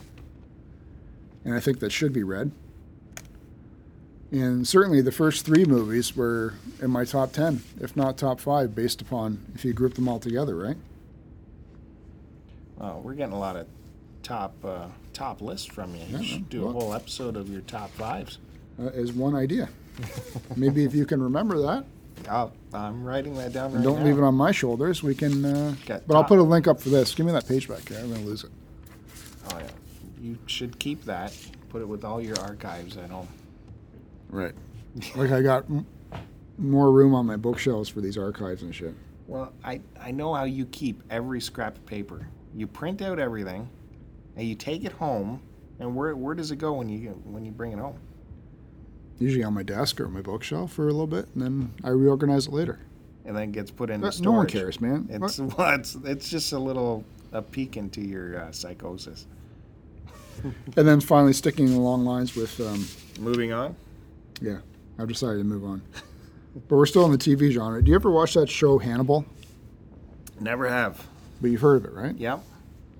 S1: and I think that should be read. And certainly, the first three movies were in my top ten, if not top five, based upon if you group them all together, right?
S2: oh, we're getting a lot of top uh, top lists from you you
S1: Yeah,
S2: should do a
S1: well-
S2: whole episode of your top fives
S1: uh, is one idea. Maybe if you can remember that
S2: I'll, i'm writing that down
S1: and
S2: right
S1: don't
S2: now.
S1: leave it on my shoulders, we can. Uh,
S2: Got
S1: but I'll
S2: top.
S1: put a link up for this. Give me that page back here. I'm going to lose it.
S2: oh, yeah. you should keep that put it with all your archives at home
S1: Right. like I got m- more room on my bookshelves for these archives and shit.
S2: Well, I, I know how you keep every scrap of paper. You print out everything, and you take it home. And where where does it go when you when you bring it home?
S1: Usually on my desk or my bookshelf for a little bit, and then I reorganize it later.
S2: And then it gets put into
S1: No-
S2: storage.
S1: no one cares, man.
S2: It's
S1: What?
S2: well, it's it's just a little a peek into your uh, psychosis.
S1: And then finally, sticking along lines with, um,
S2: Moving on.
S1: yeah, I've decided to move on. but we're still in the TV genre. Do you ever watch that show Hannibal?
S2: Never have.
S1: But you've heard of it, right?
S2: Yep.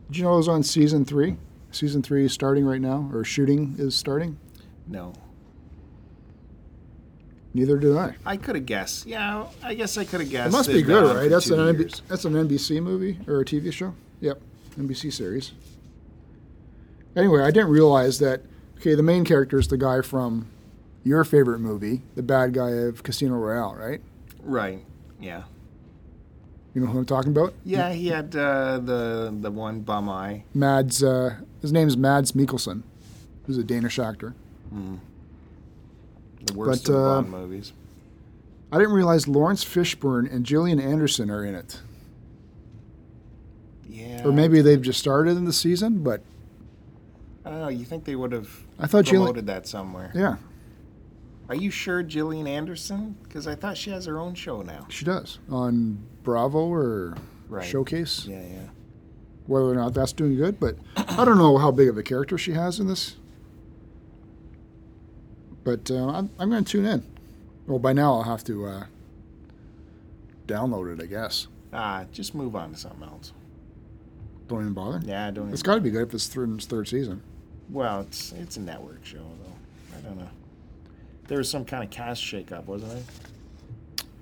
S1: Did you know it was on season three? Season three is starting right now, or shooting is starting.
S2: No.
S1: Neither did I.
S2: I could have guessed. Yeah, I guess I could have guessed.
S1: It must
S2: they've
S1: be
S2: been on
S1: good, right?
S2: for
S1: That's
S2: two
S1: an
S2: years.
S1: NB- that's an NBC movie or a TV show. Yep, NBC series. Anyway, I didn't realize that. Okay, the main character is the guy from your favorite movie, the bad guy of Casino Royale, right?
S2: Right. Yeah.
S1: You know who I'm talking about?
S2: Yeah, he had uh, the the one bum eye.
S1: Mads. Uh, his name's Mads Mikkelsen, who's a Danish actor.
S2: Hmm. The worst
S1: But,
S2: of the
S1: uh,
S2: Bond movies.
S1: I didn't realize Lawrence Fishburne and Gillian Anderson are in it.
S2: Yeah.
S1: Or maybe they've just started in the season, but
S2: Oh, you think they would have
S1: I thought Gillian.
S2: promoted that somewhere?
S1: Yeah,
S2: Are you sure Gillian Anderson? Because I thought she has her own show now.
S1: she does on Bravo or
S2: Right.
S1: Showcase.
S2: Yeah, yeah.
S1: Whether or not that's doing good, but I don't know how big of a character she has in this. But uh, I'm, I'm going to tune in. Well, by now I'll have to uh, download it, I guess.
S2: Ah, just move on to something else.
S1: Don't even bother.
S2: Yeah, I don't.
S1: It's
S2: Even,
S1: got to be good if it's through in its third season.
S2: well, it's it's a network show though. I don't know. There was some kind of cast shakeup, wasn't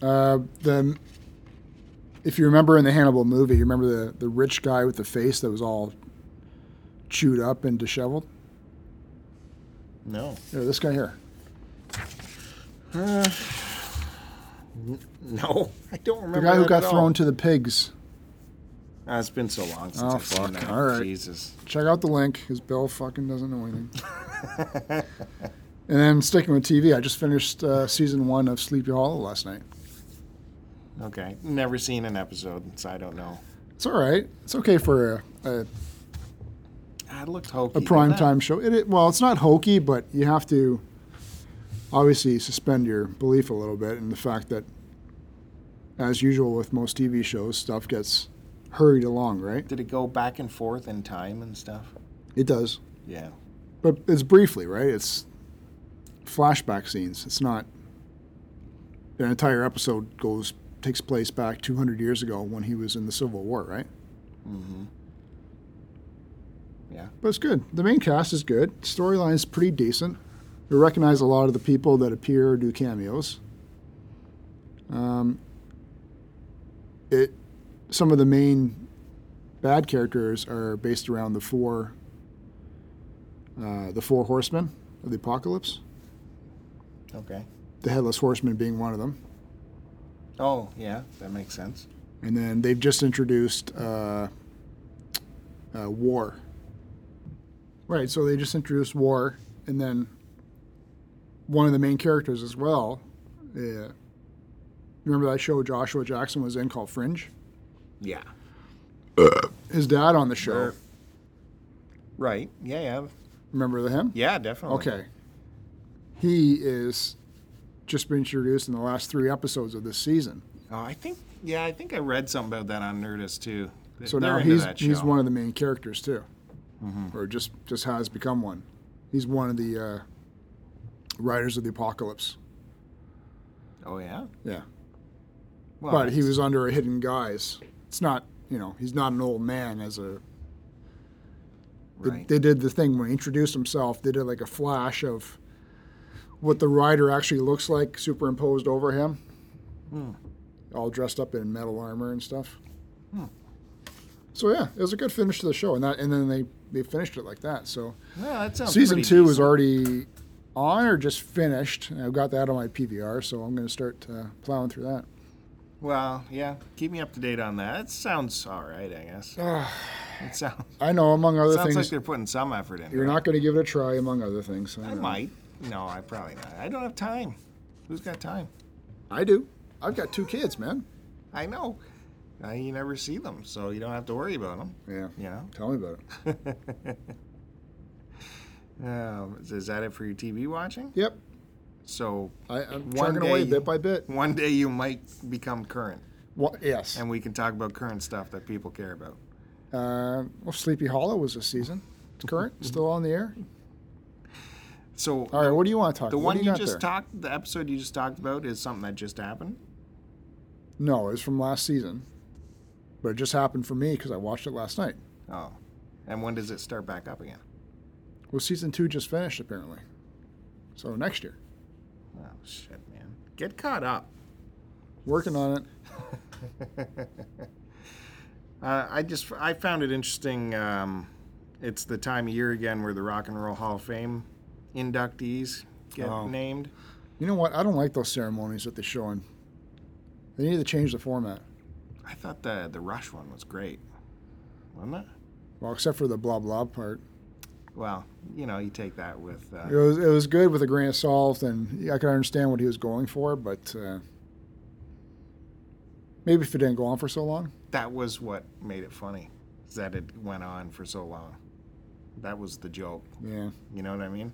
S2: there?
S1: Uh, the if you remember in the Hannibal movie, you remember the the rich guy with the face that was all chewed up and disheveled.
S2: No.
S1: Here, this guy here.
S2: No, I don't
S1: The
S2: remember.
S1: guy who
S2: that at
S1: got
S2: all.
S1: thrown to the pigs.
S2: Ah, it's been so long since
S1: Oh,
S2: I've seen
S1: fuck.
S2: that.
S1: All right.
S2: Jesus.
S1: Check out the link because Bill fucking doesn't know anything. and then sticking with TV, I just finished uh, season one of Sleepy Hollow last night.
S2: Okay. Never seen an episode, so I don't know.
S1: It's all right. It's okay for a, a,
S2: Ah, It looked hokey.
S1: a
S2: didn't
S1: prime
S2: it?
S1: time show. It, it well, it's not hokey, but you have to obviously suspend your belief a little bit in the fact that, as usual with most TV shows, stuff gets hurried along, right?
S2: Did it go back and forth in time and stuff?
S1: It does,
S2: Yeah.
S1: but it's briefly, right? It's flashback scenes. It's not an entire episode goes takes place back 200 years ago when he was in the Civil War, right?
S2: Mm-hmm. Yeah.
S1: But it's good. The main cast is good. Storyline's pretty decent. We recognize a lot of the people that appear or do cameos. Um, it some of the main bad characters are based around the four uh, the four horsemen of the apocalypse.
S2: Okay.
S1: The headless horseman being one of them.
S2: Oh, yeah. That makes sense.
S1: And then they've just introduced uh, uh, War. Right, so they just introduced War, and then one of the main characters as well. Uh, remember that show Joshua Jackson was in called Fringe?
S2: Yeah.
S1: His dad on the show.
S2: Sure. Right. Yeah, yeah.
S1: Remember him?
S2: Yeah, definitely.
S1: Okay. He is just been introduced in the last three episodes of this season.
S2: Oh, I think, yeah, I think I read something about that on Nerdist, too. They-
S1: So
S2: they're
S1: now
S2: into
S1: he's
S2: that
S1: he's
S2: show. Mm-hmm.
S1: one of the main characters too, or just just has become one. He's one of the uh, Riders of the Apocalypse.
S2: Oh, yeah?
S1: Yeah,
S2: Well,
S1: but he
S2: that's-
S1: was under a hidden guise. It's not you know he's not an old man as a. They,
S2: Right.
S1: they did the thing when he introduced himself. They did like a flash of what the rider actually looks like superimposed over him,
S2: Hmm.
S1: all dressed up in metal armor and stuff.
S2: Hmm.
S1: So yeah, it was a good finish to the show, and that and then they they finished it like that. So.
S2: No, that sounds
S1: Season
S2: pretty
S1: two is
S2: decent.
S1: already on or just finished. and I've got that on my PVR, so I'm going to start uh, plowing through that.
S2: Well, yeah. Keep me up to date on that. It sounds all right, I guess. it sounds,
S1: I know, among other
S2: sounds like
S1: things,
S2: they're putting some effort in.
S1: you're
S2: there.
S1: not going to give it a try, among other things.
S2: I
S1: know.
S2: might. No, I probably not. I don't have time. Who's got time?
S1: I do. I've got two kids, man.
S2: I know. Uh, you never see them, so you don't have to worry about them.
S1: Yeah.
S2: You know.
S1: Tell me about it.
S2: Um, is- is that it for your TV watching?
S1: Yep.
S2: So
S1: I, I'm
S2: One
S1: chugging away
S2: day-
S1: bit by bit.
S2: one day you might become current,
S1: Wha yes.
S2: and we can talk about current stuff that people care about.
S1: Uh, well, Sleepy Hollow was this season.
S2: Mm-hmm.
S1: It's current, still on the air.
S2: So
S1: All right, what do you want to talk
S2: the
S1: about? Uh,
S2: one
S1: what do
S2: you,
S1: got
S2: just
S1: there?
S2: talked, the episode you just talked about, is something that just happened.
S1: No, it was from last season. But it just happened for me because I watched it last night.
S2: Oh, and when does it start back up again?
S1: Well, season two just finished, apparently. So next year.
S2: Oh shit, man, get caught up.
S1: Working on it.
S2: Uh, I just I found it interesting. Um, it's the time of year again where the Rock and Roll Hall of Fame inductees get
S1: Oh.
S2: named?
S1: You know what? I don't like those ceremonies that they're showing. They need to change the format.
S2: I thought the the Rush one was great, wasn't it?
S1: Well, except for the blah blah part.
S2: Well, you know, you take that with.
S1: It
S2: Uh,
S1: was it was good with a grain of salt, and I could understand what he was going for, but uh, maybe if it didn't go on for so long.
S2: that was what made it funny, is that it went on for so long. That was the joke.
S1: Yeah.
S2: You know what I mean?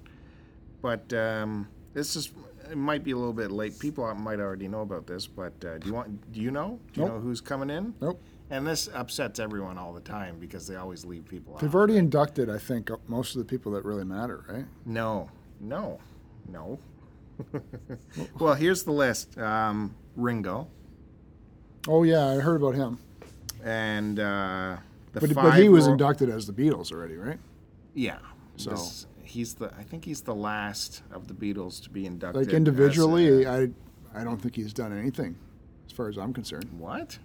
S2: But um, this is it might be a little bit late. People might already know about this, but uh, do you want? Do you know? Do you
S1: Nope.
S2: know who's coming in?
S1: Nope.
S2: And this upsets everyone all the time because they always leave people
S1: They've
S2: out.
S1: already inducted, I think, uh, most of the people that really matter, right?
S2: No, no, no. well, here's the list: um, Ringo
S1: Oh yeah, I heard about him.
S2: and uh, the
S1: But,
S2: five.
S1: but he was
S2: Ro-
S1: inducted as the Beatles already, right?
S2: Yeah.
S1: So-
S2: This- he's the. I think he's the last of the Beatles to be inducted.
S1: Like
S2: as
S1: individually,
S2: a-
S1: I I don't think he's done anything, as far as I'm concerned.
S2: what?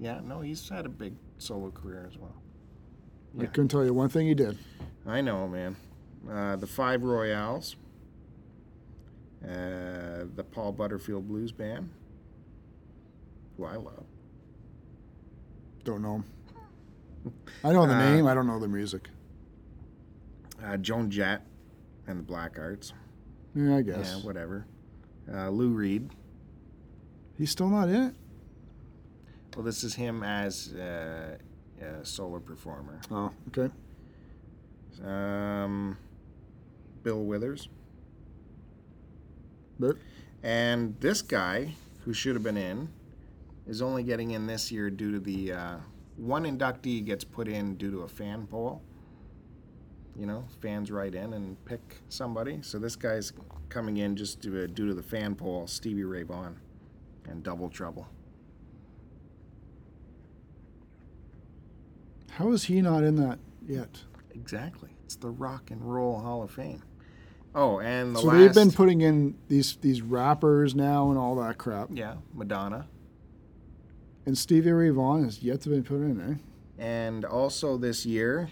S2: Yeah. No, he's had a big solo career as well.
S1: I
S2: Yeah.
S1: couldn't tell you one thing he did.
S2: I know, man. Uh, the Five Royales, uh, the Paul Butterfield Blues Band, who I love.
S1: Don't know him. I know the
S2: Uh,
S1: name. I don't know the music.
S2: uh, Joan Jett and the Black Arts.
S1: Yeah, I guess
S2: Yeah, whatever. Uh, Lou Reed.
S1: he's still not in it.
S2: Well, this is him as uh, a solo performer.
S1: Oh, okay.
S2: Um, Bill Withers.
S1: But
S2: And this guy, who should have been in, is only getting in this year due to the uh, one inductee gets put in due to a fan poll. You know, fans write in and pick somebody. So this guy's coming in just due to, due to the fan poll, Stevie Ray Vaughan and Double Trouble.
S1: how is he not in that yet?
S2: Exactly. It's the Rock and Roll Hall of Fame. Oh, and the
S1: so
S2: last.
S1: they've been putting in these these rappers now and all that crap.
S2: yeah, Madonna.
S1: And Stevie Ray Vaughan has yet to be put in, eh?
S2: And also this year,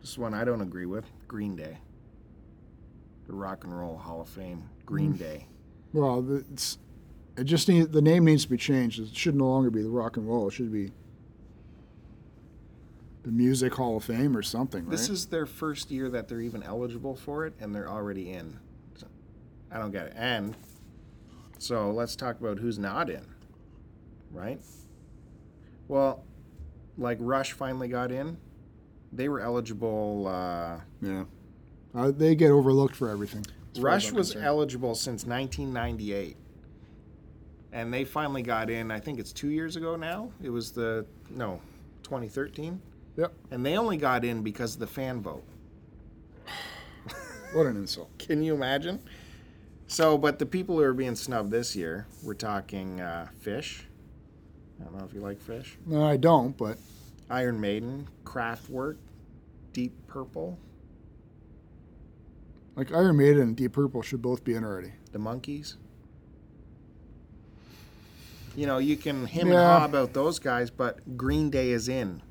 S2: this one I don't agree with Green Day. The Rock and Roll Hall of Fame, Green Day.
S1: Well, the- it's it just need, the name needs to be changed. It should no longer be the Rock and Roll. It should be the Music Hall of Fame or something, right?
S2: This is their first year that they're even eligible for it, and they're already in. So, I don't get it. And so let's talk about who's not in, right? Well, like Rush finally got in. They were eligible. Uh,
S1: yeah. Uh, they get overlooked for everything. as far as
S2: Rush
S1: I'm
S2: was
S1: concerned.
S2: eligible since 1998, and they finally got in. I think it's two years ago now. It was the no, 2013,
S1: Yep.
S2: and they only got in because of the fan vote.
S1: What an insult.
S2: Can you imagine? So, but the people who are being snubbed this year, we're talking uh, Fish. I don't know if you like Fish.
S1: No, I don't, but
S2: Iron Maiden, Kraftwerk, Deep Purple,
S1: like Iron Maiden and Deep Purple should both be in already.
S2: the monkeys. You know, you can him and
S1: Yeah.
S2: haw about those guys, but Green Day is in.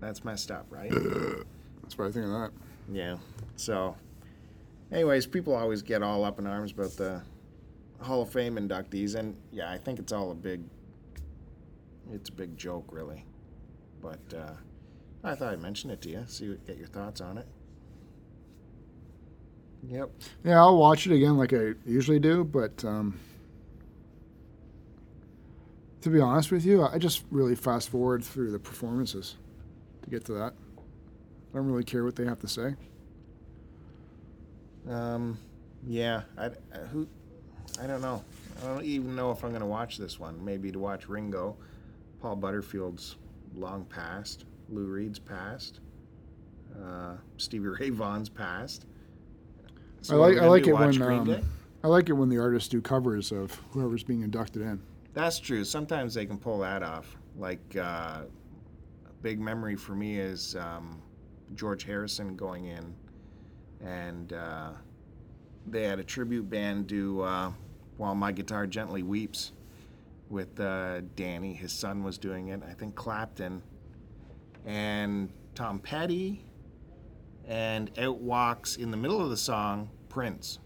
S2: That's messed up, right?
S1: That's what I think of that.
S2: yeah. So, anyways, people always get all up in arms about the Hall of Fame inductees, and yeah, I think it's all a big, it's a big joke, really. But uh, I thought I'd mention it to you, see, what- get your thoughts on it. Yep.
S1: Yeah, I'll watch it again like I usually do, but um, to be honest with you, I just really fast forward through the performances to get to that. I don't really care what they have to say.
S2: Um, yeah, I, I- who, I don't know. I don't even know if I'm gonna watch this one. Maybe to watch Ringo, Paul Butterfield's long past, Lou Reed's past, uh, Stevie Ray Vaughan's past.
S1: I like-
S2: what are we
S1: I
S2: gonna
S1: like
S2: do,
S1: it when,
S2: watch Green
S1: um,
S2: Day?
S1: I like it when the artists do covers of whoever's being inducted in.
S2: That's true. Sometimes they can pull that off. Like uh, a big memory for me is um, George Harrison going in, and uh, they had a tribute band do uh, "While My Guitar Gently Weeps" with uh, Danny. His son was doing it. I think Clapton and Tom Petty and out walks in the middle of the song Prince.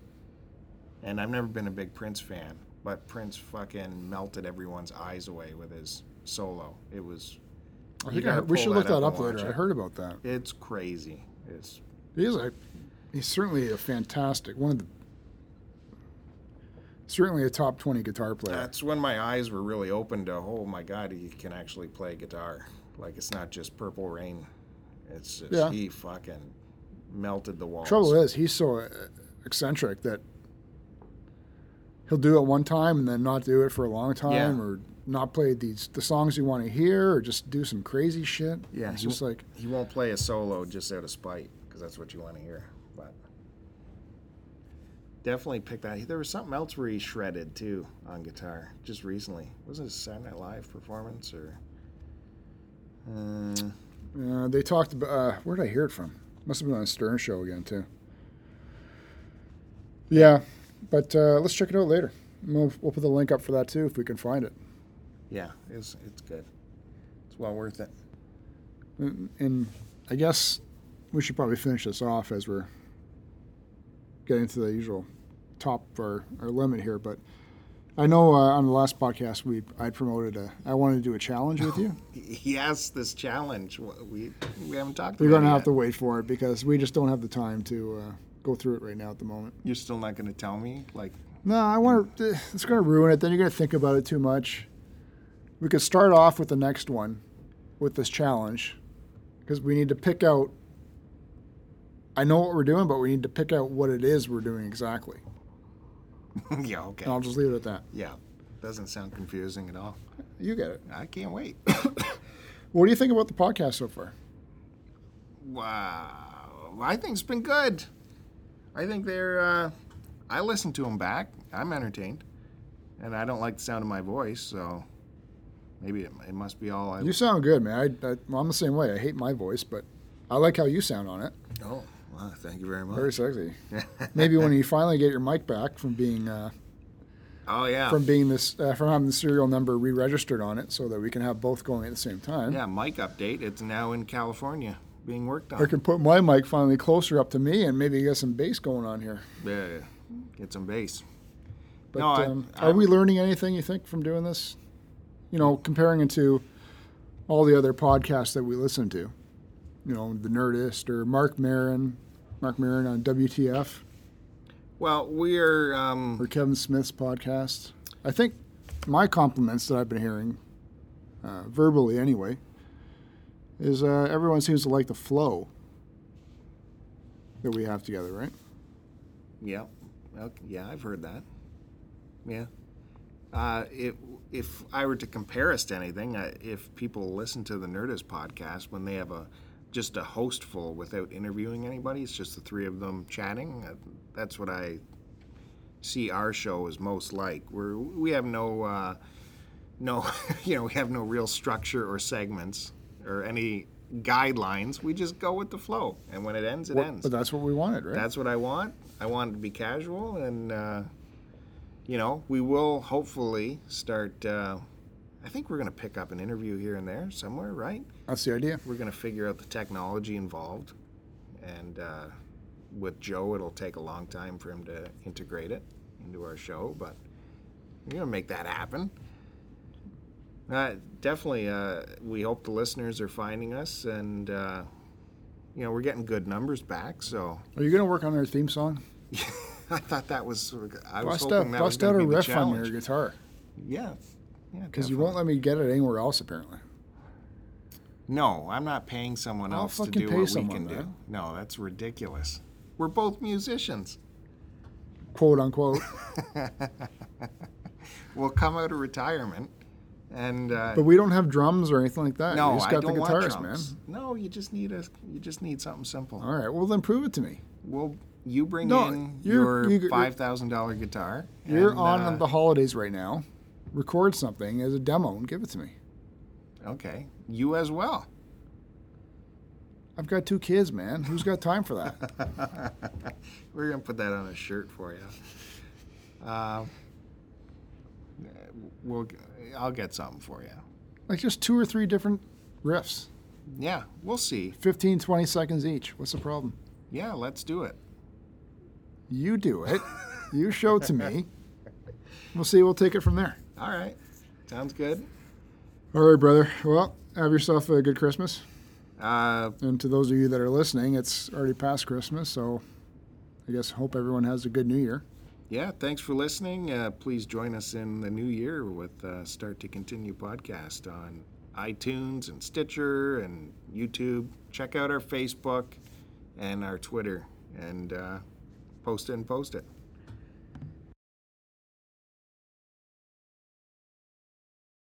S2: And I've never been a big Prince fan, but Prince fucking melted everyone's eyes away with his solo. It was.
S1: I
S2: Oh, you
S1: think I
S2: gotta
S1: heard, we
S2: pull
S1: should look that
S2: and
S1: up
S2: watch
S1: later.
S2: it.
S1: I heard about that.
S2: It's crazy. It's
S1: He is a, he's certainly a fantastic one of the certainly a top twenty guitar player.
S2: That's when my eyes were really open to, oh my God, he can actually play guitar. Like it's not just Purple Rain. It's just
S1: Yeah.
S2: he fucking melted the walls.
S1: Trouble is, he's so uh, eccentric that he'll do it one time and then not do it for a long time,
S2: Yeah.
S1: or not play these the songs you want to hear, or just do some crazy shit.
S2: Yeah,
S1: it's
S2: he-
S1: just like
S2: he won't play a solo just out of spite because that's what you want to hear. But definitely pick that. There was something else where he shredded too on guitar just recently. Wasn't it a Saturday Night Live performance or? Uh,
S1: uh, they talked about. Uh, where did I hear it from? Must have been on a Stern show again too. Yeah, but uh, let's check it out later. We'll, we'll put the link up for that too if we can find it.
S2: yeah, it's it's good. It's well worth it.
S1: And, and I guess we should probably finish this off as we're getting to the usual top or, or limit here. But I know uh, on the last podcast we I promoted a I wanted to do a challenge with you.
S2: He asked this challenge. Wha- We we haven't talked.
S1: You're
S2: about
S1: going to
S2: it
S1: have
S2: yet.
S1: to wait for it because we just don't have the time to uh, go through it right now at the moment.
S2: You're still not going to tell me. Like
S1: No, I want to. It's going to ruin it. Then you're going to think about it too much. We could start off with the next one, with this challenge, because we need to pick out. I know what we're doing, but we need to pick out what it is we're doing exactly.
S2: yeah, okay,
S1: And I'll just leave it at that.
S2: yeah. Doesn't sound confusing at all.
S1: You get it.
S2: I can't wait.
S1: What do you think about the podcast so far?
S2: wow, I think it's been good. I think they're. Uh, I listened to them back. I'm entertained, and I don't like the sound of my voice, so maybe it, it must be all I.
S1: You sound good, man. I, I, well, I'm the same way. I hate my voice, but I like how you sound on it.
S2: oh, well, thank you very
S1: Very
S2: much.
S1: sexy. Maybe when you finally get your mic back from being uh,
S2: oh yeah,
S1: from being this uh, from having the serial number re-registered on it, so that we can have both going at the same time.
S2: yeah. Mic update. It's now in California, being worked on.
S1: I can put my mic finally closer up to me and maybe get some bass going on here.
S2: Yeah, get some bass.
S1: But
S2: No, I-
S1: um,
S2: I-
S1: are we learning anything you think from doing this? You know, comparing it to all the other podcasts that we listen to. You know, The Nerdist or Mark Marin, Mark Marin on WTF
S2: Well, we're um,
S1: or Kevin Smith's podcast. I think my compliments that I've been hearing, uh, verbally anyway, is uh, everyone seems to like the flow that we have together, right?
S2: yeah, okay, yeah, I've heard that. Yeah, uh, it, if I were to compare us to anything, uh, if people listen to the Nerdist podcast when they have a just a host full without interviewing anybody, it's just the three of them chatting. Uh, that's what I see our show is most like. We're we have no. Uh, no, you know, we have no real structure or segments or any guidelines. We just go with the flow, and when it ends, it ends.
S1: But that's what we wanted, right?
S2: That's what I want. I want it to be casual, and uh, you know, we will hopefully start. Uh, I think we're going to pick up an interview here and there somewhere, right?
S1: That's the idea.
S2: We're going to figure out the technology involved, and uh, with Joe, it'll take a long time for him to integrate it into our show, but we're going to make that happen. Uh, definitely, uh, we hope the listeners are finding us, and uh, you know, we're getting good numbers back, so.
S1: Are you going to work on their theme song?
S2: I thought that was sort of. I was
S1: Bust
S2: hoping
S1: out,
S2: that was
S1: bust
S2: going
S1: out
S2: to
S1: a
S2: be the
S1: riff on your
S2: challenge.
S1: guitar
S2: Yeah, yeah.
S1: because you won't
S2: definitely.
S1: let me get it anywhere else apparently.
S2: No, I'm not paying someone
S1: I'll
S2: else to
S1: fucking
S2: do
S1: pay
S2: what we
S1: someone,
S2: can do.
S1: man.
S2: No, that's ridiculous. We're both musicians.
S1: "Quote unquote,"
S2: We'll come out of retirement, and uh,
S1: but we don't have drums or anything like that.
S2: no,
S1: you just
S2: I
S1: got
S2: don't
S1: the
S2: want
S1: guitarist,
S2: drums. No, you just need a. You just need something simple.
S1: man. All right, well then prove it to me.
S2: Well, you bring
S1: No,
S2: in
S1: you're-
S2: your
S1: you- you're-
S2: five thousand dollar guitar.
S1: You're
S2: and,
S1: on
S2: uh,
S1: the holidays right now. Record something as a demo and give it to me.
S2: Okay, you as well.
S1: I've got two kids, man. Who's got time for that?
S2: We're gonna put that on a shirt for you. Uh, we'll, I'll get something for you.
S1: like just two or three different riffs,
S2: Yeah, we'll see.
S1: 15, 20 seconds each. What's the problem?
S2: Yeah, let's do it.
S1: You do it. you show it to me. We'll see. We'll take it from there.
S2: All right. Sounds good.
S1: All right, brother. Well, have yourself a good Christmas.
S2: Uh,
S1: And to those of you that are listening, it's already past Christmas, so I guess hope everyone has a good New Year.
S2: yeah, thanks for listening. Uh, please join us in the new year with uh, Start to Continue podcast on iTunes and Stitcher and YouTube. Check out our Facebook and our Twitter and uh, post it and post it.